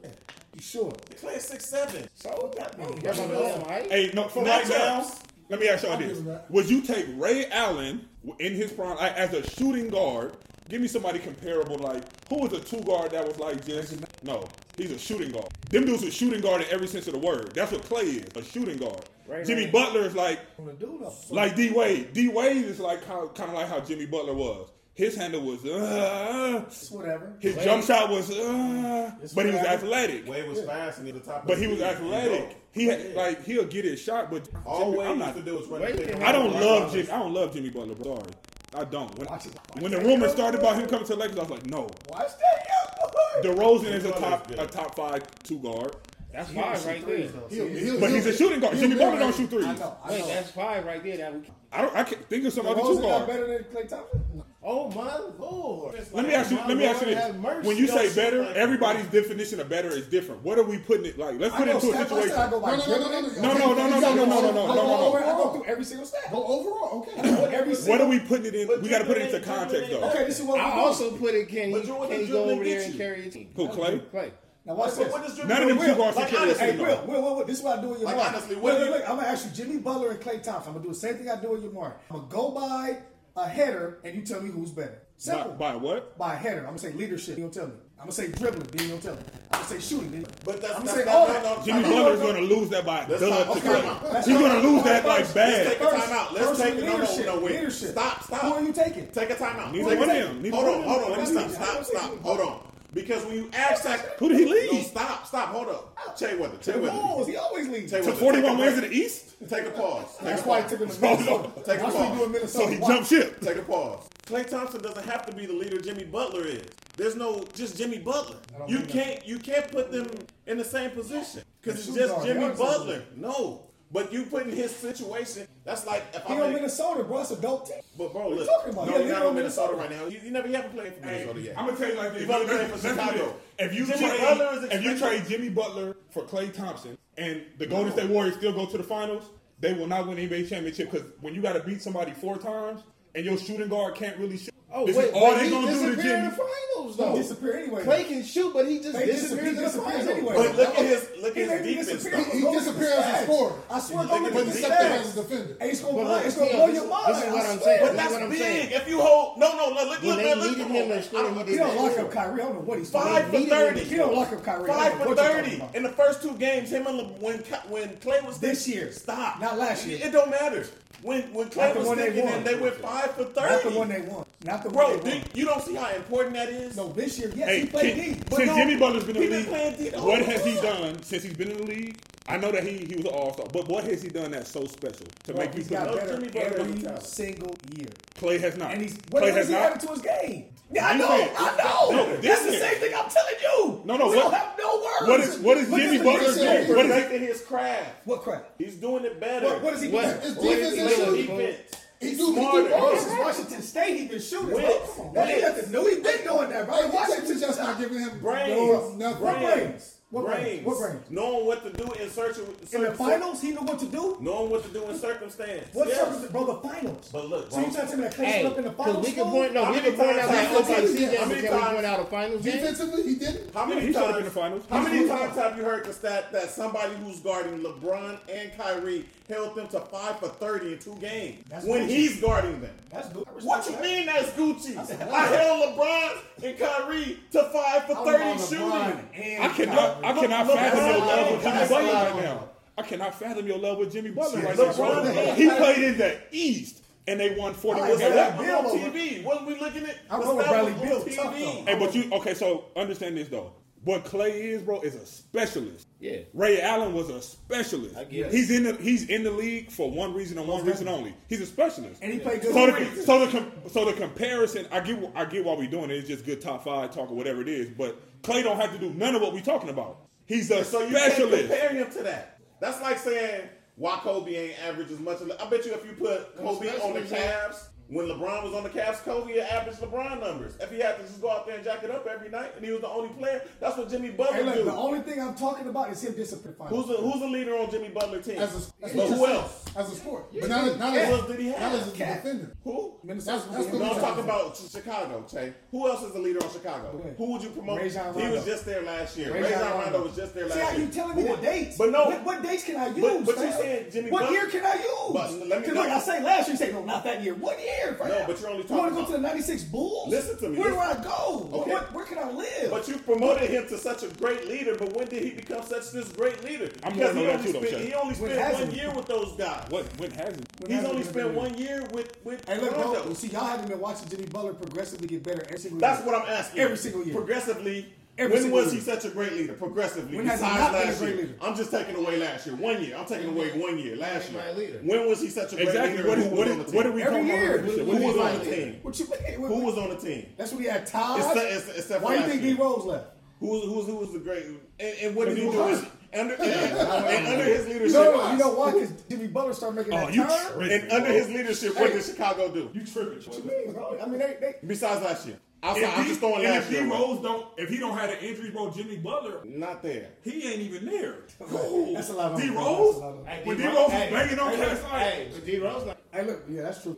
Speaker 3: You sure?
Speaker 5: Clay six seven.
Speaker 3: So that
Speaker 1: That's what I'm saying, right?
Speaker 4: Hey, no. For right
Speaker 5: Matchups.
Speaker 4: now, let me ask y'all
Speaker 6: I'll give
Speaker 4: this:
Speaker 6: him that.
Speaker 4: Would you take Ray Allen in his prime like, as a shooting guard? Give me somebody comparable. Like who was a two guard that was like just no? He's a shooting guard. Them dudes are shooting guard in every sense of the word. That's what Clay is, a shooting guard.
Speaker 1: Right,
Speaker 4: Jimmy
Speaker 1: right.
Speaker 4: Butler is like
Speaker 3: gonna do though.
Speaker 4: like D Wade. D Wade is like kind of like how Jimmy Butler was. His handle was uh,
Speaker 3: It's whatever.
Speaker 4: his jump shot was uh, but he was
Speaker 3: whatever.
Speaker 4: athletic.
Speaker 5: Wade was fast and he was the top. of
Speaker 4: But
Speaker 5: the
Speaker 4: he was
Speaker 5: league.
Speaker 4: athletic. He had, like he'll get his shot, but
Speaker 5: All
Speaker 4: Jimmy-
Speaker 5: Wade
Speaker 4: I'm
Speaker 5: used
Speaker 4: not.
Speaker 5: to do was run.
Speaker 1: Wade
Speaker 5: pick
Speaker 1: can
Speaker 5: and
Speaker 4: I don't
Speaker 5: roll.
Speaker 4: love Jimmy. I don't love Jimmy Butler. Bro. Sorry, I don't. When,
Speaker 3: Watch it. Watch
Speaker 4: when the
Speaker 3: it.
Speaker 4: rumors started about him coming to the Lakers, I was like, no.
Speaker 3: Watch that young boy.
Speaker 4: DeRozan is a
Speaker 5: Butler's
Speaker 4: top
Speaker 5: good.
Speaker 4: a top five two guard,
Speaker 1: That's five right there.
Speaker 6: He'll- he'll-
Speaker 4: but he's a
Speaker 6: he'll-
Speaker 4: shooting guard.
Speaker 6: he'll
Speaker 4: Jimmy
Speaker 6: be all
Speaker 4: Butler don't
Speaker 6: right.
Speaker 4: shoot threes.
Speaker 3: I know, I
Speaker 1: Wait,
Speaker 3: know.
Speaker 1: that's five right there. That we,
Speaker 4: I don't. I can't think of some other two
Speaker 3: DeRozan got
Speaker 4: guard.
Speaker 3: better than Clay Thompson?
Speaker 1: oh my lord!
Speaker 4: Let me ask you. Let me ask you this: When you say better, everybody's definition of better is different. What are we putting it like? Let's
Speaker 3: I
Speaker 4: put it
Speaker 3: go
Speaker 4: into a
Speaker 3: step by step, I
Speaker 4: situation.
Speaker 3: go by
Speaker 6: No, no, no, no, no,
Speaker 3: dribbling.
Speaker 4: no, no, no, no, no, no, no, no,
Speaker 3: I go
Speaker 4: no, no, no.
Speaker 3: all the way- I go through every single step.
Speaker 6: Go overall, okay.
Speaker 3: Every
Speaker 4: What
Speaker 3: single.
Speaker 4: are we putting it in?
Speaker 5: But
Speaker 4: We
Speaker 5: you
Speaker 4: got to put it
Speaker 5: really-
Speaker 4: into
Speaker 5: you really
Speaker 4: context though.
Speaker 5: don't-
Speaker 3: Okay, this is what we
Speaker 1: I
Speaker 3: do.
Speaker 1: also put it. Can he,
Speaker 5: But Jordan
Speaker 1: can he go
Speaker 5: dribbling
Speaker 1: over there
Speaker 5: get
Speaker 1: and
Speaker 5: you.
Speaker 1: carry a team?
Speaker 4: Who, Clay?
Speaker 1: Clay.
Speaker 3: Now watch
Speaker 5: So
Speaker 3: this.
Speaker 5: what does Jimmy
Speaker 4: None of them
Speaker 5: Butler
Speaker 4: two
Speaker 5: do?
Speaker 4: guards
Speaker 5: Like,
Speaker 4: can carry a
Speaker 5: honestly,
Speaker 3: Hey,
Speaker 4: team,
Speaker 5: though.
Speaker 4: though.
Speaker 3: Will, Will, Will, Will, this is what I do in your
Speaker 5: Like,
Speaker 3: mark.
Speaker 5: honestly,
Speaker 3: Look,
Speaker 5: what
Speaker 3: look,
Speaker 5: do-
Speaker 3: look, I'm gonna ask you Jimmy Butler and Clay Thompson. I'm gonna do the same thing I do in your mark. I'm gonna go by a header and you tell me who's better.
Speaker 4: By,
Speaker 3: Simple.
Speaker 4: by what?
Speaker 3: By a header. I'm gonna say leadership, then you'll tell me. I'm gonna say dribbling, then you'll tell me. I'm gonna say shooting, then
Speaker 5: But that's
Speaker 3: I'm
Speaker 5: that's
Speaker 3: saying
Speaker 5: not-
Speaker 3: all
Speaker 5: no,
Speaker 3: that.
Speaker 5: no, no.
Speaker 4: Jimmy
Speaker 5: Like,
Speaker 4: Butler's gonna lose that by a dub
Speaker 5: not-
Speaker 4: to
Speaker 5: okay,
Speaker 4: Clay.
Speaker 3: let's
Speaker 4: He's
Speaker 3: not-
Speaker 4: gonna lose that like
Speaker 3: let's
Speaker 5: Let's take
Speaker 4: bad.
Speaker 5: a timeout. Let's
Speaker 3: Personal
Speaker 5: take no, no,
Speaker 3: leadership,
Speaker 5: no, wait.
Speaker 3: leadership.
Speaker 5: Stop, stop.
Speaker 3: Who are you taking?
Speaker 5: Take a timeout.
Speaker 4: Neither
Speaker 5: Take a
Speaker 4: one of
Speaker 5: timeout.
Speaker 4: them. Neither
Speaker 5: Hold on,
Speaker 4: one of them.
Speaker 5: hold on. Let me
Speaker 3: What
Speaker 5: stop,
Speaker 3: do you
Speaker 5: stop,
Speaker 3: mean?
Speaker 5: stop. Hold on. Because when you ask that,
Speaker 4: Who did he
Speaker 5: No,
Speaker 4: lead?
Speaker 5: stop, stop. Hold up. Tell you what. Tell
Speaker 3: The
Speaker 5: you what.
Speaker 3: Bulls, he always leads.
Speaker 5: Tell you
Speaker 4: To
Speaker 5: what.
Speaker 4: 41 wins in the East?
Speaker 5: Take a pause. Take
Speaker 3: That's
Speaker 5: a
Speaker 3: why I
Speaker 5: pause.
Speaker 3: took him to
Speaker 4: Hold on.
Speaker 3: Minnesota.
Speaker 5: Take a
Speaker 3: That's what
Speaker 5: pause.
Speaker 3: he do in Minnesota.
Speaker 4: So he
Speaker 3: Why?
Speaker 4: jumped ship.
Speaker 5: Take a pause. Clay Thompson doesn't have to be the leader Jimmy Butler is. There's no just Jimmy Butler. You can't you can't put them in the same position because it's
Speaker 3: Shoot
Speaker 5: just
Speaker 3: guard,
Speaker 5: Jimmy
Speaker 3: guard's
Speaker 5: Butler. No, but you put in his situation. That's like if
Speaker 3: He
Speaker 5: I'm
Speaker 3: on
Speaker 5: in-
Speaker 3: Minnesota, bro. It's a dope team.
Speaker 5: But bro, look,
Speaker 3: talking about?
Speaker 5: no,
Speaker 3: Yeah,
Speaker 5: you're
Speaker 3: they're
Speaker 5: not on
Speaker 3: on
Speaker 5: Minnesota,
Speaker 3: Minnesota.
Speaker 5: right now. You, you never you haven't played for Minnesota yet.
Speaker 4: I'm gonna tell you like this.
Speaker 5: You better play for
Speaker 4: Let's- let's
Speaker 5: Chicago.
Speaker 4: do this. If you
Speaker 5: Jimmy
Speaker 4: trade,
Speaker 5: Butler is
Speaker 4: if you
Speaker 5: expected-
Speaker 4: trade Jimmy Butler for Clay Thompson and the Golden State Warriors still go to the finals, they will not win the NBA championship because when you got to beat somebody four times and your shooting guard can't really shoot,
Speaker 1: Oh,
Speaker 4: this
Speaker 1: wait,
Speaker 4: is all
Speaker 1: but
Speaker 4: they
Speaker 1: he
Speaker 4: gonna do to
Speaker 1: disappeared in
Speaker 4: Jimmy.
Speaker 1: the finals, though.
Speaker 3: disappear anyway.
Speaker 1: Clay can shoot, but he just
Speaker 3: They
Speaker 1: disappeared
Speaker 3: disappear,
Speaker 1: in the
Speaker 3: disappears
Speaker 1: finals.
Speaker 3: anyway.
Speaker 5: but look at his look
Speaker 3: He
Speaker 5: at
Speaker 3: maybe
Speaker 5: his defense.
Speaker 3: disappears.
Speaker 5: though.
Speaker 6: He
Speaker 3: Go look at
Speaker 6: disappears
Speaker 3: the
Speaker 6: as a
Speaker 3: stats.
Speaker 6: scorer.
Speaker 3: I swear, go look
Speaker 6: But
Speaker 3: at the
Speaker 6: he's up there as
Speaker 3: stats.
Speaker 6: a defender.
Speaker 3: Hey, it's gonna
Speaker 1: But
Speaker 3: blow,
Speaker 1: look,
Speaker 3: it's gonna
Speaker 1: Theo,
Speaker 3: blow
Speaker 1: this
Speaker 3: your
Speaker 1: is-
Speaker 3: mind.
Speaker 1: this is what
Speaker 3: I
Speaker 1: I'm
Speaker 3: swear.
Speaker 1: saying.
Speaker 5: But
Speaker 1: This is
Speaker 5: that's
Speaker 1: what I'm
Speaker 5: big.
Speaker 1: saying.
Speaker 5: If you hold no no
Speaker 1: When
Speaker 5: look look look
Speaker 1: they
Speaker 5: look
Speaker 1: needed
Speaker 5: look
Speaker 1: him
Speaker 5: look,
Speaker 1: in scoring,
Speaker 5: look,
Speaker 1: he
Speaker 3: He
Speaker 1: did
Speaker 5: look.
Speaker 3: don't lock up Kyrie. I don't know what he's
Speaker 5: Five
Speaker 3: doing.
Speaker 5: for
Speaker 1: Needed him.
Speaker 5: thirty.
Speaker 3: He don't lock up Kyrie. I don't
Speaker 5: Five
Speaker 3: know
Speaker 5: for
Speaker 3: what you're talking
Speaker 5: thirty
Speaker 3: about.
Speaker 5: in the first two games. Him and Le- when Ka- when Clay was
Speaker 3: This
Speaker 5: there-
Speaker 3: year.
Speaker 5: Stop.
Speaker 3: Not last
Speaker 5: It-
Speaker 3: year.
Speaker 5: It don't matter. When when Clay
Speaker 3: Not the
Speaker 5: was
Speaker 3: one they
Speaker 5: sticking
Speaker 3: won.
Speaker 5: in, they went five for thirty.
Speaker 3: Not the one they won. Not the
Speaker 5: Bro,
Speaker 3: one they
Speaker 5: do,
Speaker 3: won.
Speaker 5: you don't see how important that is.
Speaker 3: No, this year, yes,
Speaker 4: Hey,
Speaker 3: he played
Speaker 4: since,
Speaker 3: D.
Speaker 5: but
Speaker 4: since
Speaker 5: no,
Speaker 4: Jimmy Butler's been in
Speaker 5: he
Speaker 4: the
Speaker 5: been
Speaker 4: league,
Speaker 5: playing D the
Speaker 4: what
Speaker 5: whole
Speaker 4: has he
Speaker 5: time.
Speaker 4: done since he's been in the league? I know that he, he was an all star, but what has he done that's so special to
Speaker 3: Bro,
Speaker 4: make you
Speaker 3: he's
Speaker 4: put
Speaker 3: got
Speaker 5: No,
Speaker 3: better
Speaker 5: Jimmy Butler
Speaker 3: every
Speaker 5: is a talent.
Speaker 3: single year.
Speaker 4: Clay has not.
Speaker 3: And he's what
Speaker 4: Clay
Speaker 3: what is
Speaker 4: has
Speaker 3: he
Speaker 4: not.
Speaker 3: added to his game? Yeah, I
Speaker 4: You
Speaker 3: know,
Speaker 4: said-
Speaker 3: I know.
Speaker 4: No,
Speaker 3: That's the
Speaker 4: this
Speaker 3: same
Speaker 4: is-
Speaker 3: thing I'm telling you.
Speaker 4: No, no,
Speaker 3: We
Speaker 4: what-
Speaker 3: don't have no words.
Speaker 4: What is what is
Speaker 3: Look at
Speaker 4: Jimmy
Speaker 3: the
Speaker 4: Butler
Speaker 3: defense.
Speaker 4: doing? What is he?
Speaker 5: perfecting his craft.
Speaker 3: What crap?
Speaker 5: He's doing it better.
Speaker 3: What, what is he
Speaker 1: What?
Speaker 3: doing?
Speaker 6: His
Speaker 1: What is
Speaker 6: defense
Speaker 1: he
Speaker 6: is
Speaker 1: playing?
Speaker 6: shooting.
Speaker 5: defense?
Speaker 6: He
Speaker 5: He's
Speaker 6: do- he do
Speaker 5: smarter.
Speaker 3: Bro,
Speaker 6: both.
Speaker 3: since Washington State, he been shooting.
Speaker 5: Wentz.
Speaker 3: bro. Come on, that ain't nothing new. He been doing that,
Speaker 6: Hey,
Speaker 3: right?
Speaker 6: Washington
Speaker 3: Washington
Speaker 6: just not giving him no-
Speaker 5: Brains.
Speaker 6: nothing.
Speaker 5: Brains.
Speaker 3: What brains?
Speaker 5: brains.
Speaker 3: What brains?
Speaker 5: Knowing what to do in search of
Speaker 3: in the finals, he knew what to do.
Speaker 5: Knowing what to do in circumstance.
Speaker 3: What
Speaker 5: Yes.
Speaker 3: circumstance, bro? The finals.
Speaker 5: But look,
Speaker 3: so you
Speaker 5: bro.
Speaker 3: trying to tell me that Clay
Speaker 1: Hey,
Speaker 3: stood up in the
Speaker 1: because
Speaker 3: finals?
Speaker 1: we can
Speaker 3: bro?
Speaker 1: point no,
Speaker 5: How
Speaker 1: we
Speaker 5: many
Speaker 1: can point out
Speaker 5: times
Speaker 1: that
Speaker 5: have
Speaker 1: OKC
Speaker 6: you-
Speaker 1: game,
Speaker 6: how
Speaker 1: but can
Speaker 5: many
Speaker 1: we
Speaker 5: times-
Speaker 1: point out a finals game?
Speaker 6: Defensively, he didn't.
Speaker 5: How many
Speaker 4: He should've
Speaker 5: times?
Speaker 4: been in the finals.
Speaker 5: How
Speaker 4: He's
Speaker 5: many
Speaker 4: moving
Speaker 5: times have you heard the stat that somebody who's guarding LeBron and Kyrie held them to five for thirty in two games
Speaker 3: That's
Speaker 5: when
Speaker 3: Gucci.
Speaker 5: he's guarding them?
Speaker 3: That's good.
Speaker 5: What you mean that's Gucci?
Speaker 3: said,
Speaker 5: I held LeBron and Kyrie to five for thirty shooting.
Speaker 3: shooting.
Speaker 4: I cannot. I cannot
Speaker 5: Look,
Speaker 4: fathom your
Speaker 5: look,
Speaker 4: love
Speaker 5: look,
Speaker 4: with Jimmy
Speaker 5: look,
Speaker 4: Butler
Speaker 5: look,
Speaker 4: right now. I cannot fathom your love with Jimmy Butler right now.
Speaker 5: look,
Speaker 4: bro.
Speaker 5: look,
Speaker 4: He
Speaker 5: look.
Speaker 4: played in the East and they won forty
Speaker 3: All
Speaker 4: one
Speaker 5: Was
Speaker 3: right,
Speaker 4: games.
Speaker 3: so
Speaker 5: that
Speaker 3: that
Speaker 5: on
Speaker 3: Bill over-
Speaker 5: TV? Wasn't we looking at
Speaker 3: I
Speaker 5: the
Speaker 3: wrote
Speaker 5: stat
Speaker 3: Bradley
Speaker 5: on
Speaker 3: Beal tough,
Speaker 5: TV?
Speaker 3: though.
Speaker 4: Hey, but you okay? So understand this though. What Clay is, bro, is a specialist.
Speaker 1: Yeah.
Speaker 4: Ray Allen was a specialist.
Speaker 1: I get it.
Speaker 4: He's in the he's in the league for one reason and one reason only. He's a specialist.
Speaker 3: And he played good.
Speaker 4: So
Speaker 3: for
Speaker 4: the,
Speaker 3: reasons.
Speaker 4: so the com- so the comparison, I get wh- I get why we're doing it. It's just good top five talk or whatever it is. But Clay don't have to do none of what we're talking about. He's a
Speaker 5: So you can't
Speaker 4: specialist.
Speaker 5: compare him to that. That's like saying why Kobe ain't average as much. as I bet you if you put Kobe on the
Speaker 1: especially
Speaker 5: Cavs when LeBron was on the Cavs, Kobe would average LeBron numbers. If he had to just go out there and jack it up every night, and he was the only player, that's what Jimmy
Speaker 3: Hey,
Speaker 5: Butler
Speaker 3: look,
Speaker 5: do.
Speaker 3: the only thing I'm talking about is him disappearing.
Speaker 5: who's the who's the leader on Jimmy Butler team?
Speaker 6: As a,
Speaker 5: but
Speaker 6: that's what
Speaker 5: who
Speaker 6: you said.
Speaker 5: else?
Speaker 6: As a sport. But not, as- not, as,
Speaker 5: Who else did he have?
Speaker 6: not as a
Speaker 3: Cat.
Speaker 6: defender.
Speaker 5: Who?
Speaker 3: Minnesota?
Speaker 6: That's- that's
Speaker 5: No,
Speaker 6: what
Speaker 5: I'm talking about Ch- Chicago, Che. Who else is the leader on Chicago?
Speaker 3: ahead.
Speaker 5: Who would you promote?
Speaker 3: Rajon
Speaker 5: He
Speaker 3: Rondo.
Speaker 5: was just there last year.
Speaker 3: Rajon
Speaker 5: Rajon Rondo.
Speaker 3: Rondo
Speaker 5: was just there
Speaker 3: See
Speaker 5: last
Speaker 3: how
Speaker 5: year.
Speaker 3: you telling me
Speaker 5: Who
Speaker 3: the
Speaker 5: would-
Speaker 3: dates?
Speaker 5: But no,
Speaker 3: what, what dates can I use?
Speaker 5: but you
Speaker 3: fam?
Speaker 5: said Jimmy
Speaker 3: What
Speaker 5: Butler-
Speaker 3: year can I use?
Speaker 5: But let me-
Speaker 3: Cause like I say last year, you say no, not that year. What year? Fam?
Speaker 5: No, but you're only
Speaker 3: You want
Speaker 5: talking
Speaker 3: to go
Speaker 5: about-
Speaker 3: to the '96 Bulls?
Speaker 5: Listen to me.
Speaker 3: Where do I
Speaker 5: Listen.
Speaker 3: go?
Speaker 5: Okay.
Speaker 3: What, where can I live?
Speaker 5: But you promoted him to such a great leader, but when did he become such this great leader?
Speaker 4: I'm
Speaker 5: Because
Speaker 4: gonna know
Speaker 5: he
Speaker 4: that too,
Speaker 5: only
Speaker 4: though,
Speaker 5: spent,
Speaker 4: Chad.
Speaker 5: he only
Speaker 3: When
Speaker 5: spent
Speaker 3: hasn't
Speaker 5: one
Speaker 3: he?
Speaker 5: year with those guys.
Speaker 4: What when hasn't?
Speaker 5: He's
Speaker 3: hasn't
Speaker 5: only
Speaker 3: he been
Speaker 5: spent
Speaker 3: doing?
Speaker 5: one year with with
Speaker 3: Hey, look,
Speaker 5: Rondo.
Speaker 3: bro, see, y'all haven't been watching Jimmy Butler progressively get better every single
Speaker 5: That's
Speaker 3: year.
Speaker 5: what I'm asking.
Speaker 3: Every single year.
Speaker 5: Progressively.
Speaker 3: Every
Speaker 5: when
Speaker 3: single
Speaker 5: was
Speaker 3: year.
Speaker 5: he such a great leader? Progressively.
Speaker 3: When has he
Speaker 5: besides
Speaker 3: not been a
Speaker 5: last
Speaker 3: great
Speaker 5: year.
Speaker 3: leader?
Speaker 5: I'm just taking away last year. One year. I'm taking away one year. Last
Speaker 1: Ain't
Speaker 5: year.
Speaker 1: my leader.
Speaker 5: When was he such a great
Speaker 4: Exactly.
Speaker 5: leader?
Speaker 4: What
Speaker 5: and
Speaker 4: is
Speaker 5: who
Speaker 4: what
Speaker 5: was on
Speaker 4: is
Speaker 5: the
Speaker 4: what are
Speaker 5: team?
Speaker 4: we
Speaker 3: Every
Speaker 4: talking
Speaker 3: year.
Speaker 4: about? with
Speaker 5: Who
Speaker 4: this shit?
Speaker 5: was
Speaker 4: What
Speaker 5: on
Speaker 4: is
Speaker 5: the team?
Speaker 3: What you mean? What-
Speaker 5: Who was on the team?
Speaker 3: That's when he had Todd.
Speaker 5: Except- except- except for
Speaker 3: Why do you
Speaker 5: last
Speaker 3: think
Speaker 5: year.
Speaker 3: D Rose left?
Speaker 5: Who was who was who was the great? And, and what did he
Speaker 4: Jimmy
Speaker 5: do?
Speaker 4: Butler.
Speaker 5: Under and, and under his leadership.
Speaker 3: No, no, you know why? Because Jimmy Butler started making
Speaker 4: Oh,
Speaker 3: that
Speaker 4: you
Speaker 3: turn.
Speaker 4: tripping?
Speaker 5: And under his leadership, what did Chicago do?
Speaker 4: You tripping?
Speaker 3: Hey, bro, I mean, they, they,
Speaker 5: Besides last year, outside,
Speaker 4: If
Speaker 5: I'm
Speaker 4: he-
Speaker 5: just throwing
Speaker 4: and
Speaker 5: last year.
Speaker 4: If D
Speaker 5: away.
Speaker 4: Rose don't, if he don't have the injuries, bro, Jimmy Butler,
Speaker 5: Not there.
Speaker 4: he ain't even there. Cool.
Speaker 3: That's a lot of-
Speaker 4: D
Speaker 3: that's a lot
Speaker 4: Rose.
Speaker 3: of-
Speaker 1: Hey,
Speaker 4: When D
Speaker 1: D-Rose-
Speaker 4: Rose was
Speaker 1: hey,
Speaker 4: banging on
Speaker 1: hey,
Speaker 4: cats,
Speaker 1: look,
Speaker 4: like,
Speaker 1: Hey, but D Rose, like,
Speaker 3: hey, look, yeah, that's true.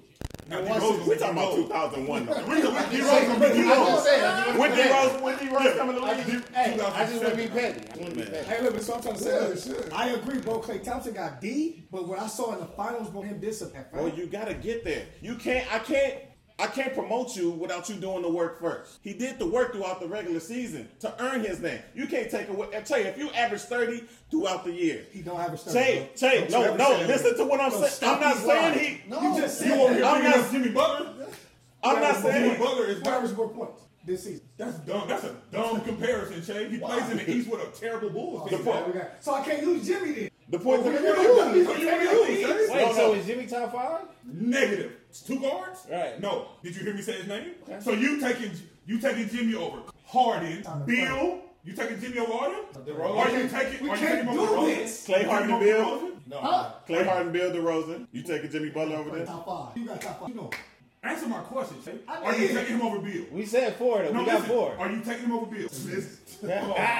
Speaker 4: now D
Speaker 3: watch this.
Speaker 4: Rose was
Speaker 5: We're
Speaker 4: making
Speaker 5: talking about
Speaker 4: goals.
Speaker 5: 2001. though.
Speaker 4: We can- D Rose
Speaker 3: But
Speaker 4: gonna be
Speaker 3: I
Speaker 4: D
Speaker 1: I
Speaker 4: Rose.
Speaker 1: just said, I just
Speaker 5: When
Speaker 1: want to
Speaker 5: D
Speaker 1: be petty.
Speaker 5: Rose, when D Rose coming to the
Speaker 1: I
Speaker 5: league,
Speaker 1: just- Hey, I just want to be petty. I want to be petty.
Speaker 3: Hey, look, that's what I'm trying to say.
Speaker 6: Yeah,
Speaker 3: Look,
Speaker 6: sure.
Speaker 3: I agree, bro. Clay Thompson got D, but what I saw in the finals, bro, him disappear.
Speaker 5: Bro, Oh, you gotta get there. You can't. I can't. I can't promote you without you doing the work first. He did the work throughout the regular season to earn his name. You can't take away. I tell you, if you average thirty throughout the year,
Speaker 3: he don't have a start.
Speaker 5: Tay, Tay, no, no. Listen to what I'm saying. I'm not saying he.
Speaker 3: No,
Speaker 6: You
Speaker 3: you
Speaker 6: just
Speaker 3: just
Speaker 4: You
Speaker 3: said
Speaker 4: over here
Speaker 5: I'm
Speaker 4: bringing
Speaker 5: not-
Speaker 4: up Jimmy Butler?
Speaker 5: I'm not
Speaker 4: Jimmy
Speaker 5: saying he.
Speaker 4: Butler is
Speaker 3: Who averaged more points this season?
Speaker 4: that's dumb. That's a dumb comparison, Shay. He plays in the East with a terrible Bulls
Speaker 5: The
Speaker 4: team.
Speaker 5: point-
Speaker 3: We got- So I can't use Jimmy then.
Speaker 5: The point.
Speaker 3: Well,
Speaker 5: that-
Speaker 3: we wanna lose.
Speaker 4: So you wanna lose, Shay?
Speaker 1: Wait, so is Jimmy top five?
Speaker 4: Negative. It's two guards?
Speaker 1: Right.
Speaker 4: No. Did you hear me say his name? So you taking you taking Jimmy over Harden,
Speaker 3: Time to
Speaker 4: Bill. You taking Jimmy over Harden?
Speaker 1: DeRozan.
Speaker 4: Are you taking?
Speaker 3: We
Speaker 4: are
Speaker 3: can't
Speaker 4: you taking him
Speaker 3: do
Speaker 4: over DeRozan?
Speaker 3: this.
Speaker 5: Clay
Speaker 4: You
Speaker 5: Harden,
Speaker 4: taking him
Speaker 5: Bill?
Speaker 4: over DeRozan?
Speaker 1: No.
Speaker 5: Clay Harden, Bill DeRozan. You taking Jimmy Butler over there?
Speaker 3: Top five. You got top five. You know.
Speaker 4: Answer my question, Shay.
Speaker 3: I
Speaker 4: Are you
Speaker 3: did.
Speaker 4: taking him over Bill?
Speaker 1: We said four, though. we got
Speaker 4: listen.
Speaker 1: four.
Speaker 4: Are you taking him over Bill?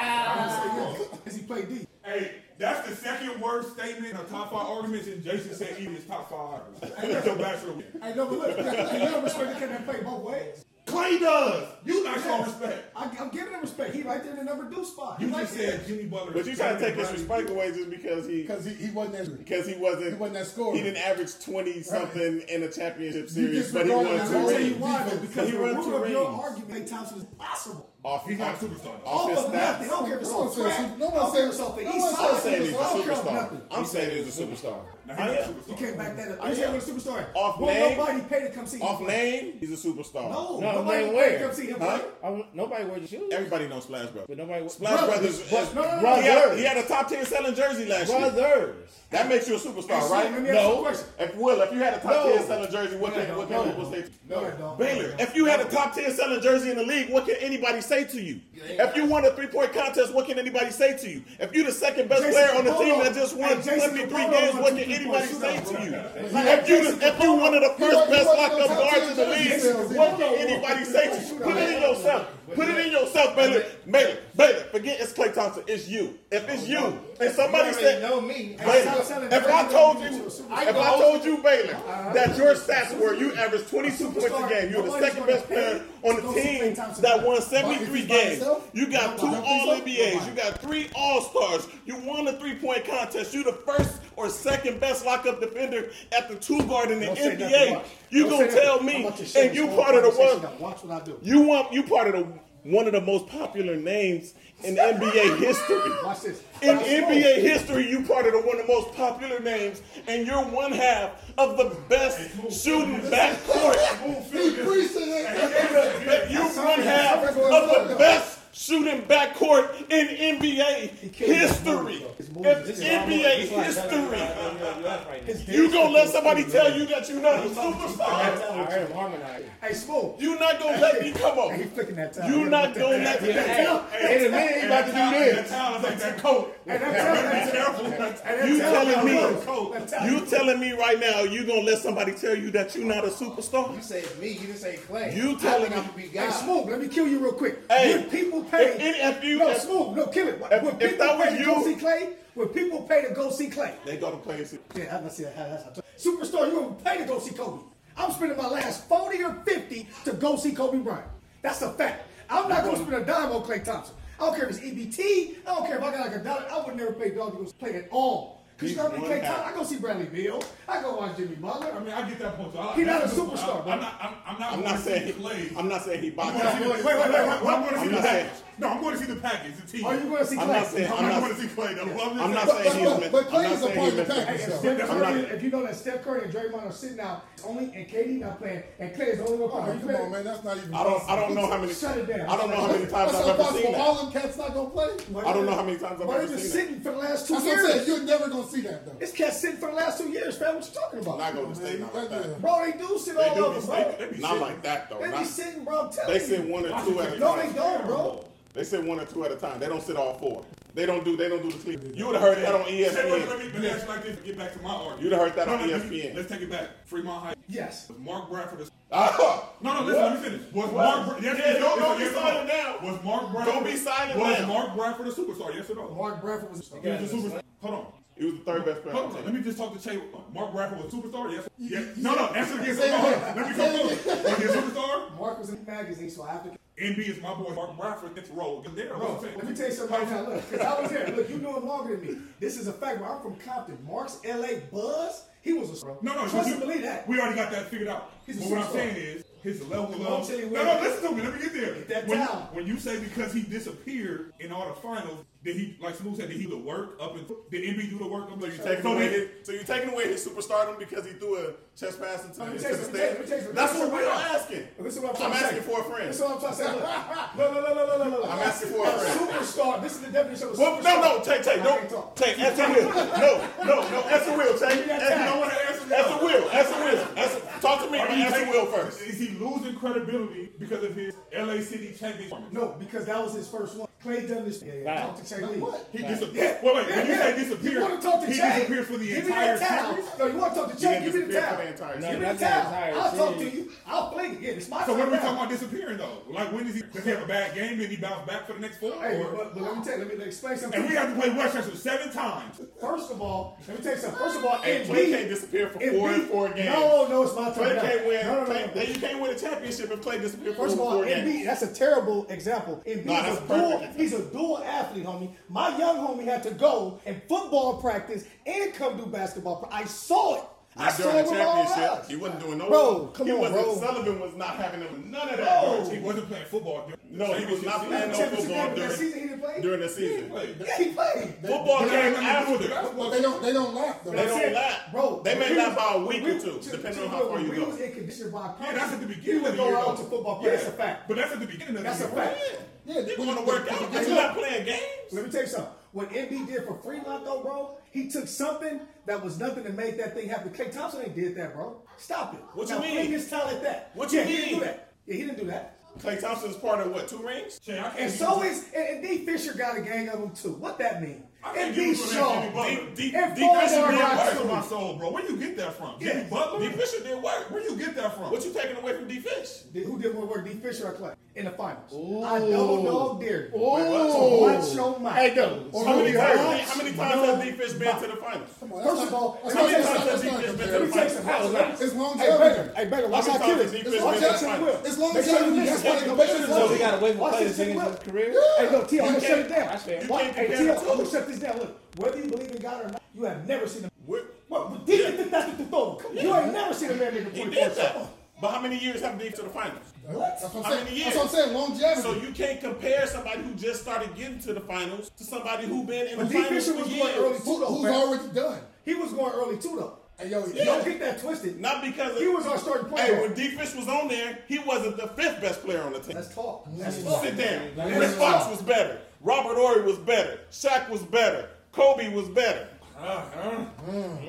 Speaker 3: Because he played D.
Speaker 4: hey, that's the second worst statement of top five arguments, and Jason said even his top five arguments. That's your bachelor win.
Speaker 3: Hey, no, but look, you gotta respect the kid that play both ways.
Speaker 4: Clay does. You not showing respect.
Speaker 3: I, I'm giving him respect. He right there in the number two spot.
Speaker 1: You
Speaker 3: He right
Speaker 1: just
Speaker 3: there.
Speaker 1: said Jimmy Butler.
Speaker 5: But you trying to take his respect away just because he
Speaker 1: because he, he wasn't that.
Speaker 5: because he wasn't
Speaker 1: He wasn't that scorer.
Speaker 5: He didn't average twenty something in a championship series, but he
Speaker 1: disregarded
Speaker 5: won
Speaker 1: that
Speaker 5: two
Speaker 1: whole
Speaker 5: rings.
Speaker 1: team wide open.
Speaker 5: Because he
Speaker 3: the
Speaker 5: won
Speaker 3: root
Speaker 5: two
Speaker 3: of your
Speaker 5: rings.
Speaker 3: argument, Clay Thompson is possible.
Speaker 5: Off,
Speaker 4: He's not a
Speaker 5: off,
Speaker 4: superstar. though.
Speaker 5: off
Speaker 3: All
Speaker 5: his
Speaker 3: of nothing. I
Speaker 5: stats.
Speaker 3: don't care if it's
Speaker 1: No one
Speaker 3: on
Speaker 1: says
Speaker 3: crack.
Speaker 1: he's- no
Speaker 3: No
Speaker 1: one
Speaker 3: one
Speaker 1: says-
Speaker 3: says something.
Speaker 1: no
Speaker 3: East
Speaker 1: one
Speaker 5: I'm
Speaker 3: side.
Speaker 1: says
Speaker 5: saying he's a
Speaker 3: I don't care about
Speaker 5: superstar.
Speaker 3: nothing.
Speaker 5: I'm saying he's a superstar.
Speaker 7: Now,
Speaker 5: I
Speaker 7: he's not
Speaker 5: am.
Speaker 7: a
Speaker 3: He
Speaker 7: superstar.
Speaker 3: came back that up.
Speaker 5: I
Speaker 3: He's
Speaker 5: am.
Speaker 3: a superstar.
Speaker 5: Off
Speaker 3: Won't
Speaker 5: name?
Speaker 3: nobody paid to come see him.
Speaker 5: Off
Speaker 3: play.
Speaker 5: name, he's a superstar.
Speaker 3: No,
Speaker 2: No,
Speaker 3: nobody
Speaker 2: man,
Speaker 3: paid
Speaker 2: where?
Speaker 3: to come see him.
Speaker 5: Huh?
Speaker 3: play.
Speaker 2: I wouldn't- nobody wears shoes.
Speaker 5: Everybody knows Splash
Speaker 2: but
Speaker 5: Brothers.
Speaker 2: nobody wears
Speaker 5: Splash Brothers. is-
Speaker 2: But- no, no, no,
Speaker 5: he, had,
Speaker 2: brothers.
Speaker 5: he had a top ten selling jersey last year.
Speaker 2: brothers.
Speaker 5: That makes you a superstar,
Speaker 3: Hey, Slim,
Speaker 5: right?
Speaker 3: let me ask you a question.
Speaker 5: If Will, if you had a top
Speaker 2: No.
Speaker 5: ten selling jersey, what can what can people say? to you?
Speaker 3: No, I don't.
Speaker 5: Baylor, if you had a top 10 selling jersey in the league, what can anybody say to you? If you won a three point contest, what can anybody say to you? If you're the second best
Speaker 3: Jason
Speaker 5: player on the
Speaker 3: Capone.
Speaker 5: team that just won
Speaker 3: Hey, Jason
Speaker 5: 73
Speaker 3: Capone
Speaker 5: games,
Speaker 3: won
Speaker 5: what
Speaker 3: two
Speaker 5: can anybody
Speaker 3: three-point
Speaker 5: say
Speaker 3: shootouts,
Speaker 5: to
Speaker 3: bro.
Speaker 5: you?
Speaker 1: had
Speaker 5: If you
Speaker 1: Jason
Speaker 5: if you
Speaker 1: Capone.
Speaker 5: one of the
Speaker 1: He
Speaker 5: first
Speaker 1: wasn't- he
Speaker 5: best
Speaker 1: wasn't no
Speaker 5: locked up
Speaker 1: top
Speaker 5: guards
Speaker 1: 10
Speaker 5: in the
Speaker 1: defensive
Speaker 5: league,
Speaker 1: defensive
Speaker 5: what can
Speaker 1: defensive
Speaker 5: anybody
Speaker 1: defensive
Speaker 5: say to you? Put it in yourself. Put it in yourself, Baylor. Baylor, Baylor, forget it's Clay Thompson. It's you. If it's you, and somebody
Speaker 2: You already
Speaker 5: said
Speaker 2: know me.
Speaker 5: Baylor, if I told you, if I told you Baylor that your stats were you averaged 22 points a game, you're the second best player on the team that won 73 games. You got two All NBAs, you got three All Stars, you won the three point contest, you the first or second best lockup defender at the two guard in the
Speaker 3: Don't say nothing.
Speaker 5: NBA.
Speaker 3: Watch.
Speaker 5: You
Speaker 3: Don't
Speaker 5: gonna
Speaker 3: say nothing.
Speaker 5: tell
Speaker 3: I'm
Speaker 5: me,
Speaker 3: about to shut
Speaker 5: and
Speaker 3: this
Speaker 5: you
Speaker 3: whole
Speaker 5: part of the
Speaker 3: conversation
Speaker 5: one.
Speaker 3: down. Watch what I do.
Speaker 5: You want you part of the one of the most popular names in NBA history.
Speaker 3: Watch this.
Speaker 5: In
Speaker 3: Watch
Speaker 5: NBA history, you part of the one of the most popular names, and you're one half of the best shooting backcourt.
Speaker 1: He preaching it.
Speaker 5: You're one half of the best shooting backcourt in NBA history. It's NBA history. You gonna let somebody tell you that you're not a superstar?
Speaker 2: I heard him harmonize.
Speaker 3: Hey, Smooth.
Speaker 5: You're not gonna let me come
Speaker 3: Hey, he
Speaker 5: on.
Speaker 3: flicking that time.
Speaker 5: You're not gonna let me come on.
Speaker 2: In a minute, he about to do
Speaker 4: That
Speaker 2: this.
Speaker 4: talent like that coat.
Speaker 3: Hey, that time.
Speaker 5: You telling me?
Speaker 4: Coat.
Speaker 5: You telling me right now you gonna let somebody tell you that you're not a superstar?
Speaker 2: You said me. You didn't say Clay.
Speaker 5: You
Speaker 2: I think
Speaker 5: telling me-
Speaker 2: I'm gonna be
Speaker 3: Hey,
Speaker 2: God.
Speaker 3: Smooth, let me kill you real quick.
Speaker 5: Ah. Hey,
Speaker 3: when people
Speaker 5: if
Speaker 3: pay,
Speaker 5: any- if you-
Speaker 3: no,
Speaker 5: if-
Speaker 3: Smooth, no, kill it. When
Speaker 5: if- if
Speaker 3: people
Speaker 5: that was
Speaker 3: pay to go
Speaker 5: you-
Speaker 3: see Clay, when people pay to go see Clay,
Speaker 5: They go to play. and see-
Speaker 3: yeah, I- I see that. That's how Superstar, you don't pay to go see Kobe. I'm spending my last 40 or 50 to go see Kobe Bryant. That's a fact. I'm not going to spend a dime on Clay Thompson. I don't care if it's EBT. I don't care if I got like a dollar. I would never pay dog to go play at all. Because you know what I mean? Clay
Speaker 5: He's one guy.
Speaker 3: Thompson, I go see Bradley Beal. I go watch Jimmy Butler.
Speaker 4: I mean, I get that point. though. I-
Speaker 3: He not a
Speaker 4: that's what-
Speaker 3: superstar,
Speaker 4: I-
Speaker 3: bro.
Speaker 4: I'm not. I'm, I'm not.
Speaker 5: I'm not saying he
Speaker 4: plays.
Speaker 5: I'm not saying he
Speaker 4: I'm going to see
Speaker 5: boxes.
Speaker 4: the-
Speaker 3: Wait, wait, wait, wait, wait.
Speaker 4: I'm going to see
Speaker 5: I'm
Speaker 4: the
Speaker 5: not
Speaker 4: package. No, I'm going to see the package. The team.
Speaker 3: Are you going to see
Speaker 5: I'm
Speaker 3: Clay?
Speaker 5: not
Speaker 4: I'm
Speaker 5: saying-
Speaker 4: not
Speaker 5: I'm
Speaker 4: going to
Speaker 5: not-
Speaker 4: see Clay though.
Speaker 5: I'm not
Speaker 1: But,
Speaker 5: saying he's
Speaker 1: but,
Speaker 5: missed-
Speaker 1: but Clay
Speaker 5: I'm
Speaker 1: is a part
Speaker 5: not saying
Speaker 1: of the
Speaker 5: he
Speaker 1: package.
Speaker 5: missed-
Speaker 3: Hey, if,
Speaker 1: though.
Speaker 3: Steph
Speaker 4: That's
Speaker 3: Curry,
Speaker 4: not-
Speaker 3: if you know that Steph Curry and Draymond are sitting out, it's only and KD not playing, and Clay is the only one
Speaker 1: Oh,
Speaker 3: playing.
Speaker 1: come on, man. That's not even.
Speaker 5: I don't. I don't know how many.
Speaker 3: Shut it down.
Speaker 5: I don't know how many times
Speaker 1: That's
Speaker 5: I've ever seen
Speaker 1: impossible.
Speaker 5: that.
Speaker 1: All them cats not gonna play. That's what
Speaker 5: I don't know how many times I've
Speaker 3: But
Speaker 5: ever
Speaker 3: they've been
Speaker 5: seen that.
Speaker 3: sitting for the last two
Speaker 1: I'm saying.
Speaker 3: years.
Speaker 1: You're never gonna see that though.
Speaker 3: This cat sitting for the last two years, fam. What you talking
Speaker 5: I'm
Speaker 3: about?
Speaker 5: not going to stay not like that.
Speaker 3: Bro, they do sit
Speaker 5: They
Speaker 3: all
Speaker 5: do
Speaker 3: over,
Speaker 5: be
Speaker 3: bro.
Speaker 5: stay- Not like that though.
Speaker 3: They be
Speaker 5: Not-
Speaker 3: sitting, bro. I'm telling
Speaker 5: They
Speaker 3: you.
Speaker 5: sit one or two at a
Speaker 3: No, they
Speaker 5: time.
Speaker 3: don't, bro.
Speaker 5: They sit one or two at a time. They don't sit all four. They don't do. They don't do the sleep. You would have heard that on E
Speaker 4: Say, wait, Let
Speaker 5: ESPN.
Speaker 4: me let me ask you like this. Get back to my argument.
Speaker 5: You'd have heard that
Speaker 4: No,
Speaker 5: on E
Speaker 4: no, let me-
Speaker 5: ESPN.
Speaker 4: Let's take it back. Fremont High.
Speaker 3: Yes.
Speaker 4: Was Mark Bradford a
Speaker 5: Ah,
Speaker 4: No, no, listen, let me finish. Was Mark Bra- yes,
Speaker 5: Yeah,
Speaker 4: yes,
Speaker 5: don't-
Speaker 4: yes,
Speaker 5: don't be
Speaker 4: yes,
Speaker 5: silent
Speaker 4: yes,
Speaker 5: now.
Speaker 4: Was Mark Bradford?
Speaker 5: Don't be silent
Speaker 4: was
Speaker 5: now.
Speaker 4: Mark Bradford a superstar? Yes or no?
Speaker 3: Mark Bradford was.
Speaker 4: he was a superstar. Hold on.
Speaker 5: he was the third best player. on
Speaker 4: Hold
Speaker 5: the
Speaker 4: on.
Speaker 5: team.
Speaker 4: Let me just talk to Chay. Mark Bradford was a superstar? Yes. yes. No, no. Answer against him. Hold on. Let me come forward. Was he a superstar?
Speaker 3: Mark was in the magazine, so I have to.
Speaker 4: NB is my boy. Mark Bradford. It's role. There,
Speaker 3: Bro,
Speaker 4: bro.
Speaker 3: let me tell you something right now. Look, 'cause I was there. Look, you knew him longer than me. This is a fact. Bro, I'm from Compton. Mark's LA Buzz. He was a bro.
Speaker 4: No, no.
Speaker 3: Trust
Speaker 4: you-
Speaker 3: and believe that.
Speaker 4: We already got that figured out.
Speaker 3: He's a
Speaker 4: but what I'm
Speaker 3: superstar.
Speaker 4: saying is his level
Speaker 3: I'm
Speaker 4: of.
Speaker 3: telling you
Speaker 4: no,
Speaker 3: what-
Speaker 4: no. Listen to me. Let me get there.
Speaker 3: Get that
Speaker 4: when,
Speaker 3: down.
Speaker 4: when you say because he disappeared in all the finals, did he like Smooth said? Did he do the work up and did NB do the work up? So you
Speaker 5: Taking away his, so you're taking away his superstardom because he threw a chest pass into
Speaker 3: Let me
Speaker 5: into
Speaker 3: tell you
Speaker 5: the
Speaker 3: something, let me tell you
Speaker 5: stand.
Speaker 3: something.
Speaker 5: That's
Speaker 3: Let me tell you
Speaker 5: what we're
Speaker 3: something.
Speaker 5: asking.
Speaker 3: This is what I'm trying
Speaker 5: I'm
Speaker 3: to say.
Speaker 5: asking for a friend.
Speaker 3: This is what I'm trying to say. Look, look, look, look, look, look, look.
Speaker 5: I'm asking for a friend.
Speaker 3: superstar. This is the definition of a
Speaker 5: Well,
Speaker 3: superstar.
Speaker 5: no, no, Tay, Tay,
Speaker 3: I
Speaker 5: don't.
Speaker 3: can't talk.
Speaker 5: Tay, answer Will. No, no, no, answer Will, Tay. Answer,
Speaker 4: don't want to answer that.
Speaker 5: answer Will, answer Will. Answer, talk to me, but
Speaker 4: Are you
Speaker 5: answer
Speaker 4: taking-
Speaker 5: Will first.
Speaker 4: Is he losing credibility because of his LA City championship?
Speaker 3: No, because that was his first one. Clay done this. Yeah, yeah. Talk to Shaq Lee.
Speaker 8: What?
Speaker 4: He disappeared. Wait, wait. When you say disappeared,
Speaker 3: You want to talk to
Speaker 4: he
Speaker 3: Shaq?
Speaker 4: disappeared for the
Speaker 3: Give
Speaker 4: entire
Speaker 3: me that towel.
Speaker 4: series?
Speaker 3: No, you want to talk to Shaq? Give me the
Speaker 4: disappeared for
Speaker 3: towel.
Speaker 4: the entire
Speaker 3: Give me
Speaker 1: No,
Speaker 3: the
Speaker 1: not the
Speaker 3: towel.
Speaker 1: entire
Speaker 3: I'll talk to
Speaker 1: series.
Speaker 3: you. I'll play it. Yeah, it's my
Speaker 4: So
Speaker 3: turn
Speaker 4: what are we
Speaker 3: now.
Speaker 4: talking about disappearing though? Like when does he does he have a bad game and he bounce back for the next four?
Speaker 3: Hey,
Speaker 4: Or-
Speaker 3: but, but let me tell you, let me let me explain something.
Speaker 4: and we have to play Westchester seven times.
Speaker 3: First of all, let me tell you something. First of all,
Speaker 5: Hey,
Speaker 3: Embiid
Speaker 5: Clay can't disappear for four and four games.
Speaker 3: No, no, it's my turn.
Speaker 5: Clay
Speaker 3: now.
Speaker 5: can't win.
Speaker 3: No, no, no,
Speaker 5: Clay-
Speaker 3: no.
Speaker 5: then you can't win a championship if Clay disappears for
Speaker 3: First of
Speaker 5: four
Speaker 3: all,
Speaker 5: games.
Speaker 3: Embiid, that's a terrible example. Embiid's
Speaker 5: Nah, that's
Speaker 3: a
Speaker 5: a perfect
Speaker 3: dual,
Speaker 5: example.
Speaker 3: he's a dual athlete, homie. My young homie had to go and football practice and come do basketball. pra- I saw it. I
Speaker 5: Not
Speaker 3: saw
Speaker 5: during
Speaker 3: it
Speaker 5: the
Speaker 3: with all
Speaker 5: championship.
Speaker 3: eyes.
Speaker 5: He wasn't doing no.
Speaker 3: Bro, come
Speaker 5: he
Speaker 3: on,
Speaker 5: wasn't,
Speaker 3: bro.
Speaker 5: Sullivan was not having them, none of that.
Speaker 3: No.
Speaker 5: bro.
Speaker 4: He wasn't playing football. during-
Speaker 5: No, he was not playing no
Speaker 3: Championship game,
Speaker 5: football
Speaker 3: that
Speaker 5: during,
Speaker 3: season he didn't play?
Speaker 5: during the season.
Speaker 3: Yeah, he played.
Speaker 5: Football
Speaker 4: They don't
Speaker 5: came after.
Speaker 4: remember the basketball.
Speaker 8: But they don't. They don't laugh though.
Speaker 5: They don't last.
Speaker 3: Bro,
Speaker 5: they may
Speaker 3: we
Speaker 5: last
Speaker 3: was-
Speaker 5: by a week
Speaker 3: we-
Speaker 5: or two,
Speaker 3: to-
Speaker 5: depending
Speaker 3: to
Speaker 5: on
Speaker 3: know,
Speaker 5: how far
Speaker 3: when
Speaker 5: you
Speaker 3: we was
Speaker 5: go.
Speaker 3: in condition by
Speaker 4: Yeah, that's at the
Speaker 3: He
Speaker 4: beginning
Speaker 3: would
Speaker 4: of the
Speaker 3: go
Speaker 4: year.
Speaker 3: out
Speaker 4: though.
Speaker 3: to football
Speaker 4: Yeah.
Speaker 3: practice. That's a fact.
Speaker 4: But that's at the beginning of the
Speaker 3: That's a
Speaker 4: year.
Speaker 3: fact.
Speaker 8: Yeah,
Speaker 5: You're
Speaker 8: when-
Speaker 5: going to work out.
Speaker 8: when-
Speaker 5: You're not playing games.
Speaker 3: Let me tell you something. What MB did for Fremont, though, bro, he took something that was nothing to make that thing happen. Clay Thompson ain't did that, bro. Stop it.
Speaker 5: What
Speaker 3: now,
Speaker 5: you mean?
Speaker 3: fling his talent at that.
Speaker 5: What
Speaker 3: yeah,
Speaker 5: you
Speaker 3: He didn't
Speaker 5: mean?
Speaker 3: do that. Yeah, he didn't do that.
Speaker 5: Clay Thompson's part of what? Two rings.
Speaker 4: Shit, I can't
Speaker 3: And
Speaker 4: even-
Speaker 3: so is and, and D Fisher got a gang of them too. What that mean?
Speaker 4: I can't
Speaker 3: And
Speaker 4: give
Speaker 3: D
Speaker 4: it to that
Speaker 3: Shaw.
Speaker 4: Jimmy Butler.
Speaker 5: D- D-
Speaker 3: And
Speaker 5: D-
Speaker 3: Ford
Speaker 5: Fisher
Speaker 3: are
Speaker 5: did
Speaker 3: not
Speaker 5: work
Speaker 4: That's
Speaker 3: too.
Speaker 4: for my soul, bro. Where you get that from? Jimmy Butler?
Speaker 5: D. Fisher did work.
Speaker 4: Where you get that from?
Speaker 5: What you taking away from D. Fish?
Speaker 3: Did- Who did more work, D Fisher or Clay? In the finals. I double dog dare. you. So watch your mouth.
Speaker 1: Hey, though.
Speaker 8: Or
Speaker 5: How many
Speaker 8: Kobe
Speaker 5: times?
Speaker 8: Bryant.
Speaker 5: How many times has D. Fish been to the finals?
Speaker 8: Come on, that's
Speaker 3: First of
Speaker 8: not-
Speaker 3: all,
Speaker 8: that's
Speaker 3: let me
Speaker 8: not-
Speaker 3: tell you
Speaker 8: that's not
Speaker 5: something. Defense
Speaker 8: compared.
Speaker 5: better
Speaker 3: Let me tell you something.
Speaker 5: How is that?
Speaker 8: It's
Speaker 3: Hey, Baylor.
Speaker 8: longevity.
Speaker 3: Hey, Baylor, watch
Speaker 5: How
Speaker 3: how
Speaker 5: many times
Speaker 3: curious.
Speaker 8: It's
Speaker 5: has Defense
Speaker 3: Watch
Speaker 5: been
Speaker 3: how
Speaker 8: longevity.
Speaker 5: to the
Speaker 3: Tim Will.
Speaker 5: finals?
Speaker 8: It's
Speaker 3: Make sure you
Speaker 8: longevity. That's why they
Speaker 3: listen. Make
Speaker 8: compare it
Speaker 3: sure you
Speaker 8: to
Speaker 1: So we
Speaker 3: listen.
Speaker 1: gotta wait for
Speaker 3: Watch
Speaker 1: Clay to
Speaker 3: this
Speaker 1: finish
Speaker 3: Tim Will.
Speaker 1: his career?
Speaker 3: Hey, look, T, I'm gonna shut it down.
Speaker 1: That's fair.
Speaker 3: Why-
Speaker 5: You can't
Speaker 3: Hey, T,
Speaker 5: compare
Speaker 3: I'm
Speaker 5: the
Speaker 3: gonna
Speaker 5: two.
Speaker 3: shut this down. Look, whether you believe in God or not, you have never seen him.
Speaker 5: What?
Speaker 3: What? Deep into that with the throw. You ain't never seen a man make a
Speaker 5: He
Speaker 3: point
Speaker 5: did that. But how many years have D to the finals?
Speaker 8: That's what I'm
Speaker 5: How
Speaker 8: saying.
Speaker 5: many
Speaker 8: That's what I'm
Speaker 5: years?
Speaker 8: saying. Longevity.
Speaker 5: So you can't compare somebody who just started getting to the finals to somebody who been in
Speaker 3: But
Speaker 5: the
Speaker 3: D.
Speaker 5: finals
Speaker 3: Fisher
Speaker 5: for
Speaker 3: was
Speaker 5: years.
Speaker 3: going early too,
Speaker 8: Who-
Speaker 3: though.
Speaker 8: who's
Speaker 3: man.
Speaker 8: already done?
Speaker 3: He was going early too, though.
Speaker 8: Hey, yo,
Speaker 3: Don't get that twisted.
Speaker 5: Not because of,
Speaker 3: He was our starting point
Speaker 5: Hey,
Speaker 3: guard.
Speaker 5: when D Fish was on there, he wasn't the fifth best player on the team.
Speaker 3: Let's talk. Let's talk.
Speaker 5: Sit down.
Speaker 1: Let's
Speaker 5: Chris
Speaker 1: talk.
Speaker 5: Fox was better. Robert Ory was better. Shaq was better. Kobe was better.
Speaker 4: Uh-huh.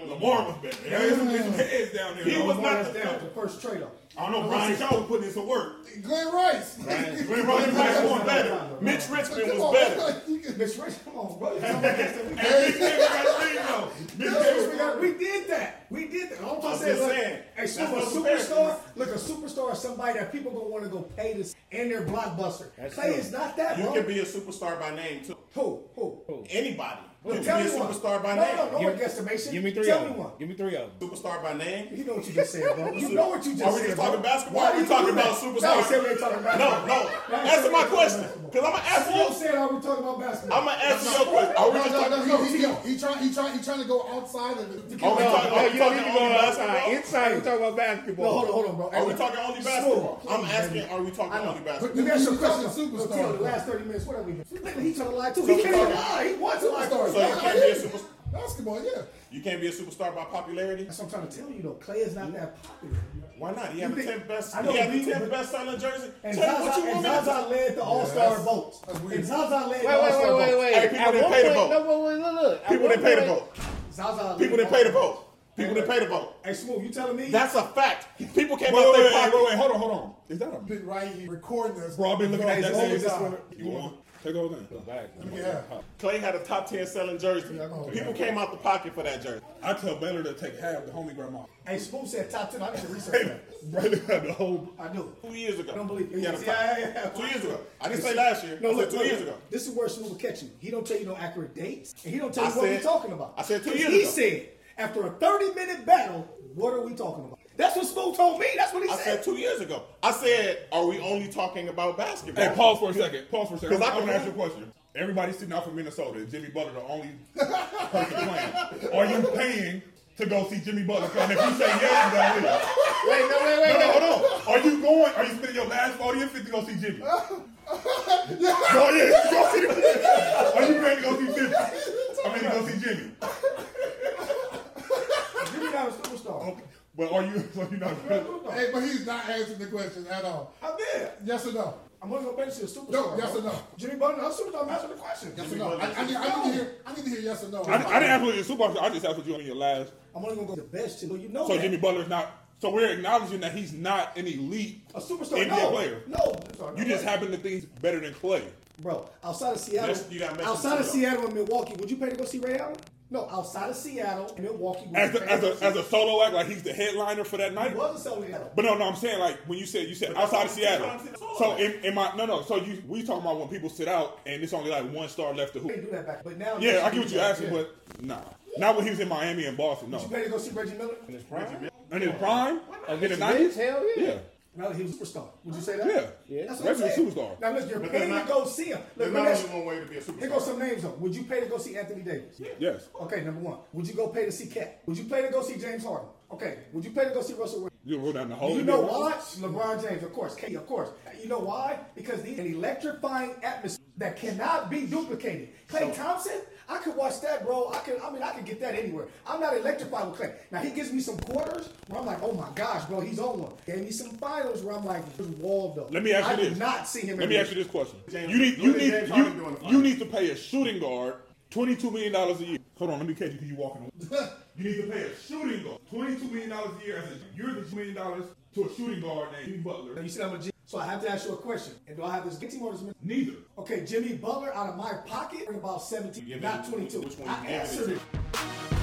Speaker 4: Lamar was better. Yeah, there's some, there's some heads down there.
Speaker 5: He
Speaker 4: though.
Speaker 5: was
Speaker 3: Lamar
Speaker 5: not
Speaker 3: is
Speaker 5: the
Speaker 3: down
Speaker 5: third.
Speaker 3: the first trade-off.
Speaker 4: I don't know. Brian Shaw was putting in some work.
Speaker 8: Glenn Rice.
Speaker 5: Glenn Rice was better. Mitch Richmond was better.
Speaker 3: Mitch Rice, come on, bro. You're talking about this every day.
Speaker 4: Hey, Mitch Davis got a ring, though. Mitch Davis
Speaker 3: We got- we did that. We did that. All I'm
Speaker 5: I'm
Speaker 3: saying,
Speaker 5: just
Speaker 3: look,
Speaker 5: saying.
Speaker 3: hey, so a
Speaker 5: That's no
Speaker 3: superstar,
Speaker 5: comparison.
Speaker 3: look, a superstar is somebody that people gonna want to go pay this and their blockbuster.
Speaker 1: That's
Speaker 3: Clay
Speaker 1: true.
Speaker 3: is not that,
Speaker 5: You
Speaker 3: bro.
Speaker 5: can be a superstar by name too.
Speaker 3: who? Who?
Speaker 5: Anybody. You
Speaker 3: Look,
Speaker 5: can be
Speaker 3: tell
Speaker 5: a
Speaker 3: me one.
Speaker 5: superstar by
Speaker 3: no, No, no,
Speaker 5: name.
Speaker 3: no
Speaker 1: Give-
Speaker 3: guesstimation.
Speaker 1: Give me three
Speaker 3: Tell
Speaker 1: of
Speaker 3: me one.
Speaker 1: them. Give me three of them.
Speaker 5: Superstar by name.
Speaker 3: You know what you just said, bro. You know what you just
Speaker 5: Are we
Speaker 3: said.
Speaker 5: just
Speaker 3: bro.
Speaker 5: talking basketball?
Speaker 3: Why
Speaker 5: Are
Speaker 3: do
Speaker 5: we
Speaker 3: you
Speaker 5: talking
Speaker 3: do that?
Speaker 5: about
Speaker 3: Now you
Speaker 5: superstars?
Speaker 3: say we ain't talking about
Speaker 5: No, no.
Speaker 3: Now you say we ain't
Speaker 5: Answer my
Speaker 3: talking
Speaker 5: question.
Speaker 3: basketball.
Speaker 5: Because I'm going to ask
Speaker 3: You
Speaker 5: you.
Speaker 3: said, are we talking about basketball?
Speaker 5: I'm going to ask you a question. Are we just talking
Speaker 8: No, no, he, he, he, try, he, try, he trying to go outside of it.
Speaker 5: Are we
Speaker 1: No,
Speaker 5: talking-
Speaker 1: no, Oh,
Speaker 5: are
Speaker 1: you don't
Speaker 5: we talking
Speaker 1: need to go
Speaker 5: only
Speaker 1: outside.
Speaker 5: basketball?
Speaker 1: Inside, we talk about
Speaker 3: No,
Speaker 1: basketball.
Speaker 3: hold on, hold on, bro.
Speaker 5: Are we talking only basketball?
Speaker 3: Slow.
Speaker 5: I'm asking, are we talking
Speaker 3: I know.
Speaker 5: only basketball?
Speaker 3: Let me ask you a
Speaker 8: You talking
Speaker 3: question.
Speaker 8: superstar.
Speaker 3: Look, Taylor, the last 30 minutes, what have we been? He trying to lie too.
Speaker 5: So
Speaker 3: He
Speaker 5: we
Speaker 3: can't even
Speaker 5: talking-
Speaker 3: lie. He wants to lie.
Speaker 8: Superstars.
Speaker 5: So you can't be a superstar.
Speaker 8: Basketball, yeah.
Speaker 5: You can't be a superstar by popularity.
Speaker 3: That's what I'm trying to tell you, though. Clay is not that popular.
Speaker 5: Why not? He had
Speaker 3: You
Speaker 5: the
Speaker 3: think-
Speaker 5: tenth best.
Speaker 3: I know,
Speaker 5: He had
Speaker 3: we-
Speaker 5: the
Speaker 3: but-
Speaker 5: tenth best selling jersey.
Speaker 3: And
Speaker 5: Tell me what
Speaker 3: Zaza,
Speaker 5: you
Speaker 3: and
Speaker 5: want me to
Speaker 3: Zaza led the All Star
Speaker 8: that's-
Speaker 3: votes.
Speaker 8: that's weird.
Speaker 3: And Zaza led
Speaker 1: Wait,
Speaker 3: the All
Speaker 1: wait,
Speaker 3: Star
Speaker 1: wait, wait,
Speaker 3: votes.
Speaker 1: wait.
Speaker 5: Hey, people
Speaker 1: At
Speaker 5: didn't
Speaker 1: one
Speaker 5: pay the
Speaker 1: point-
Speaker 5: vote.
Speaker 1: No, wait, wait, look, look. At
Speaker 5: People
Speaker 1: one
Speaker 5: didn't pay the
Speaker 1: point-
Speaker 5: vote.
Speaker 3: Zaza led the
Speaker 5: People didn't pay the
Speaker 3: All-Star
Speaker 5: vote. People didn't pay the vote.
Speaker 3: Hey, Smooth, you telling me?
Speaker 5: That's a fact. People came
Speaker 4: Wait, wait,
Speaker 5: out their
Speaker 4: wait, wait, wait,
Speaker 5: pocket.
Speaker 4: wait, hold on, hold on. Is that a
Speaker 8: Been right here recording this.
Speaker 4: bro? I've been looking at
Speaker 3: Hey,
Speaker 4: that
Speaker 3: Zoe,
Speaker 4: thing.
Speaker 3: Zoe.
Speaker 4: You want? Take the whole thing.
Speaker 8: Yeah.
Speaker 5: Clay had a top ten selling jersey. People came out the pocket for that jersey.
Speaker 4: I tell Baylor to take half the homie grandma.
Speaker 3: Hey, Smooth said top 10. I need to research that.
Speaker 4: Baylor had the whole.
Speaker 3: I do.
Speaker 5: Two years ago.
Speaker 3: I don't believe it.
Speaker 5: He had a
Speaker 3: Yeah,
Speaker 5: top-
Speaker 3: yeah, yeah.
Speaker 5: Two years ago. I didn't say last year.
Speaker 3: No,
Speaker 5: I said
Speaker 3: look,
Speaker 5: two
Speaker 3: look,
Speaker 5: years ago.
Speaker 3: This is where Snoop will catch you. He don't tell you no accurate dates, and he don't tell
Speaker 5: I
Speaker 3: you what we're
Speaker 5: said-
Speaker 3: talking about.
Speaker 5: I said two
Speaker 3: 'Cause
Speaker 5: years
Speaker 3: he
Speaker 5: ago.
Speaker 3: said after a thirty-minute battle, what are we talking about? That's what Snoop told me. That's what he
Speaker 5: I said two years ago. I said, are we only talking about basketball?
Speaker 4: Hey, pause for a second. Pause for a second.
Speaker 5: 'Cause I
Speaker 4: I'm gonna
Speaker 5: can-
Speaker 4: ask you a question. Everybody's sitting out from Minnesota. Is Jimmy Butler the only person playing? Are you paying to go see Jimmy Butler? And if you say yes, you gotta leave.
Speaker 1: Wait, no, wait, wait,
Speaker 4: No, no,
Speaker 1: wait.
Speaker 4: hold on. Are you going? Are you spending your last 40 or 50 to go see Jimmy? No, yeah, go see Are you ready to go see Jimmy? I'm ready to go see Jimmy.
Speaker 3: said. Jimmy not a superstar.
Speaker 4: Okay. But are you, so you're not
Speaker 8: Hey, but he's not answering the question at all.
Speaker 3: I'm there.
Speaker 8: Yes or no?
Speaker 3: I'm gonna go back to a superstar.
Speaker 8: No, yes
Speaker 3: bro.
Speaker 8: or no?
Speaker 3: Jimmy Butler, I'm a superstar. I'm answering the question.
Speaker 8: Yes or no? I, I, need, I need to hear. I need to hear yes or no.
Speaker 4: I, I didn't ask what your superstar. I just asked what you on your last.
Speaker 3: I'm only gonna go to the best. Jimmy. You know
Speaker 4: So
Speaker 3: that.
Speaker 4: Jimmy Butler's not. So we're acknowledging that he's not an elite
Speaker 3: a superstar.
Speaker 4: NBA
Speaker 3: no,
Speaker 4: player.
Speaker 3: No,
Speaker 4: You just happen to think he's better than Clay.
Speaker 3: Bro, outside of Seattle,
Speaker 4: That's- you gotta mention
Speaker 3: outside of
Speaker 4: Toledo.
Speaker 3: Seattle and Milwaukee, would you pay to go see Ray Allen? No, outside of Seattle, Milwaukee. Would
Speaker 4: As
Speaker 3: you
Speaker 4: a,
Speaker 3: pay
Speaker 4: as
Speaker 3: to go
Speaker 4: a
Speaker 3: see-
Speaker 4: as a solo act, like he's the headliner for that night.
Speaker 3: he was a solo Seattle.
Speaker 4: But no, no, I'm saying like when you said you said outside of Seattle. So in, in my no, no. So you we talking about when people sit out and it's only like one star left to
Speaker 3: They
Speaker 4: hoop.
Speaker 3: do that back, but now
Speaker 4: Yeah, I get what you're asking,
Speaker 3: Yeah.
Speaker 4: but nah, not when he was in Miami and Boston.
Speaker 3: Would
Speaker 4: No,
Speaker 3: you pay to go see Reggie Miller?
Speaker 4: in his prime, in the
Speaker 1: Against the Knicks?
Speaker 4: nineties.
Speaker 1: Hell yeah.
Speaker 4: Yeah,
Speaker 3: No, he was a superstar. Would you say that?
Speaker 4: yeah.
Speaker 3: That's what I'm
Speaker 4: Reggie was a
Speaker 3: saying.
Speaker 4: superstar.
Speaker 3: Now look, you're
Speaker 2: But
Speaker 3: paying
Speaker 2: there's
Speaker 3: to
Speaker 2: not-
Speaker 3: go see him. Look, let
Speaker 2: There's not
Speaker 3: me
Speaker 2: only
Speaker 3: ask,
Speaker 2: one way to be a
Speaker 3: here goes
Speaker 2: superstar.
Speaker 3: some names though. Would you pay to go see Anthony Davis?
Speaker 4: Yes,
Speaker 3: Okay, number one. Would you go pay to see Cat? Would you pay to go see James Harden? Okay. Would you pay to go see Russell Westbrook?
Speaker 4: you go down the whole.
Speaker 3: Do you know why? LeBron James, of course. Katie, of course. You know why? Because the an electrifying atmosphere that cannot be duplicated. Clay Thompson, I could watch that, bro. I could. I mean, I could get that anywhere. I'm not electrified with Clay. Now he gives me some quarters where I'm like, oh my gosh, bro, he's on one. Gave me some finals where I'm like, there's Waldo.
Speaker 4: Let me ask you
Speaker 3: I
Speaker 4: this.
Speaker 3: did not see him.
Speaker 4: Let
Speaker 3: in
Speaker 4: me
Speaker 3: the-
Speaker 4: ask you this question:
Speaker 2: James-
Speaker 4: You need
Speaker 2: what
Speaker 4: you
Speaker 2: did
Speaker 4: need
Speaker 2: James Harden do in
Speaker 4: you,
Speaker 2: the finals?
Speaker 4: you need to pay a shooting guard twenty two million dollars a year. Hold on, let me catch you. 'cause You walking? away. you need to pay a shooting guard twenty two million dollars a year. As a, you're the million dollars to a shooting guard named Jimmy
Speaker 3: Now,
Speaker 4: Butler.
Speaker 3: You see, I'm a G. So I have to ask you a question. And do I have this good team or this?
Speaker 4: Neither.
Speaker 3: Okay, Jimmy Butler out of my pocket, bring about 17,
Speaker 2: You give
Speaker 3: not
Speaker 2: it-
Speaker 3: 22.
Speaker 2: which one you
Speaker 3: I
Speaker 2: give it
Speaker 3: answered
Speaker 2: to?
Speaker 3: it.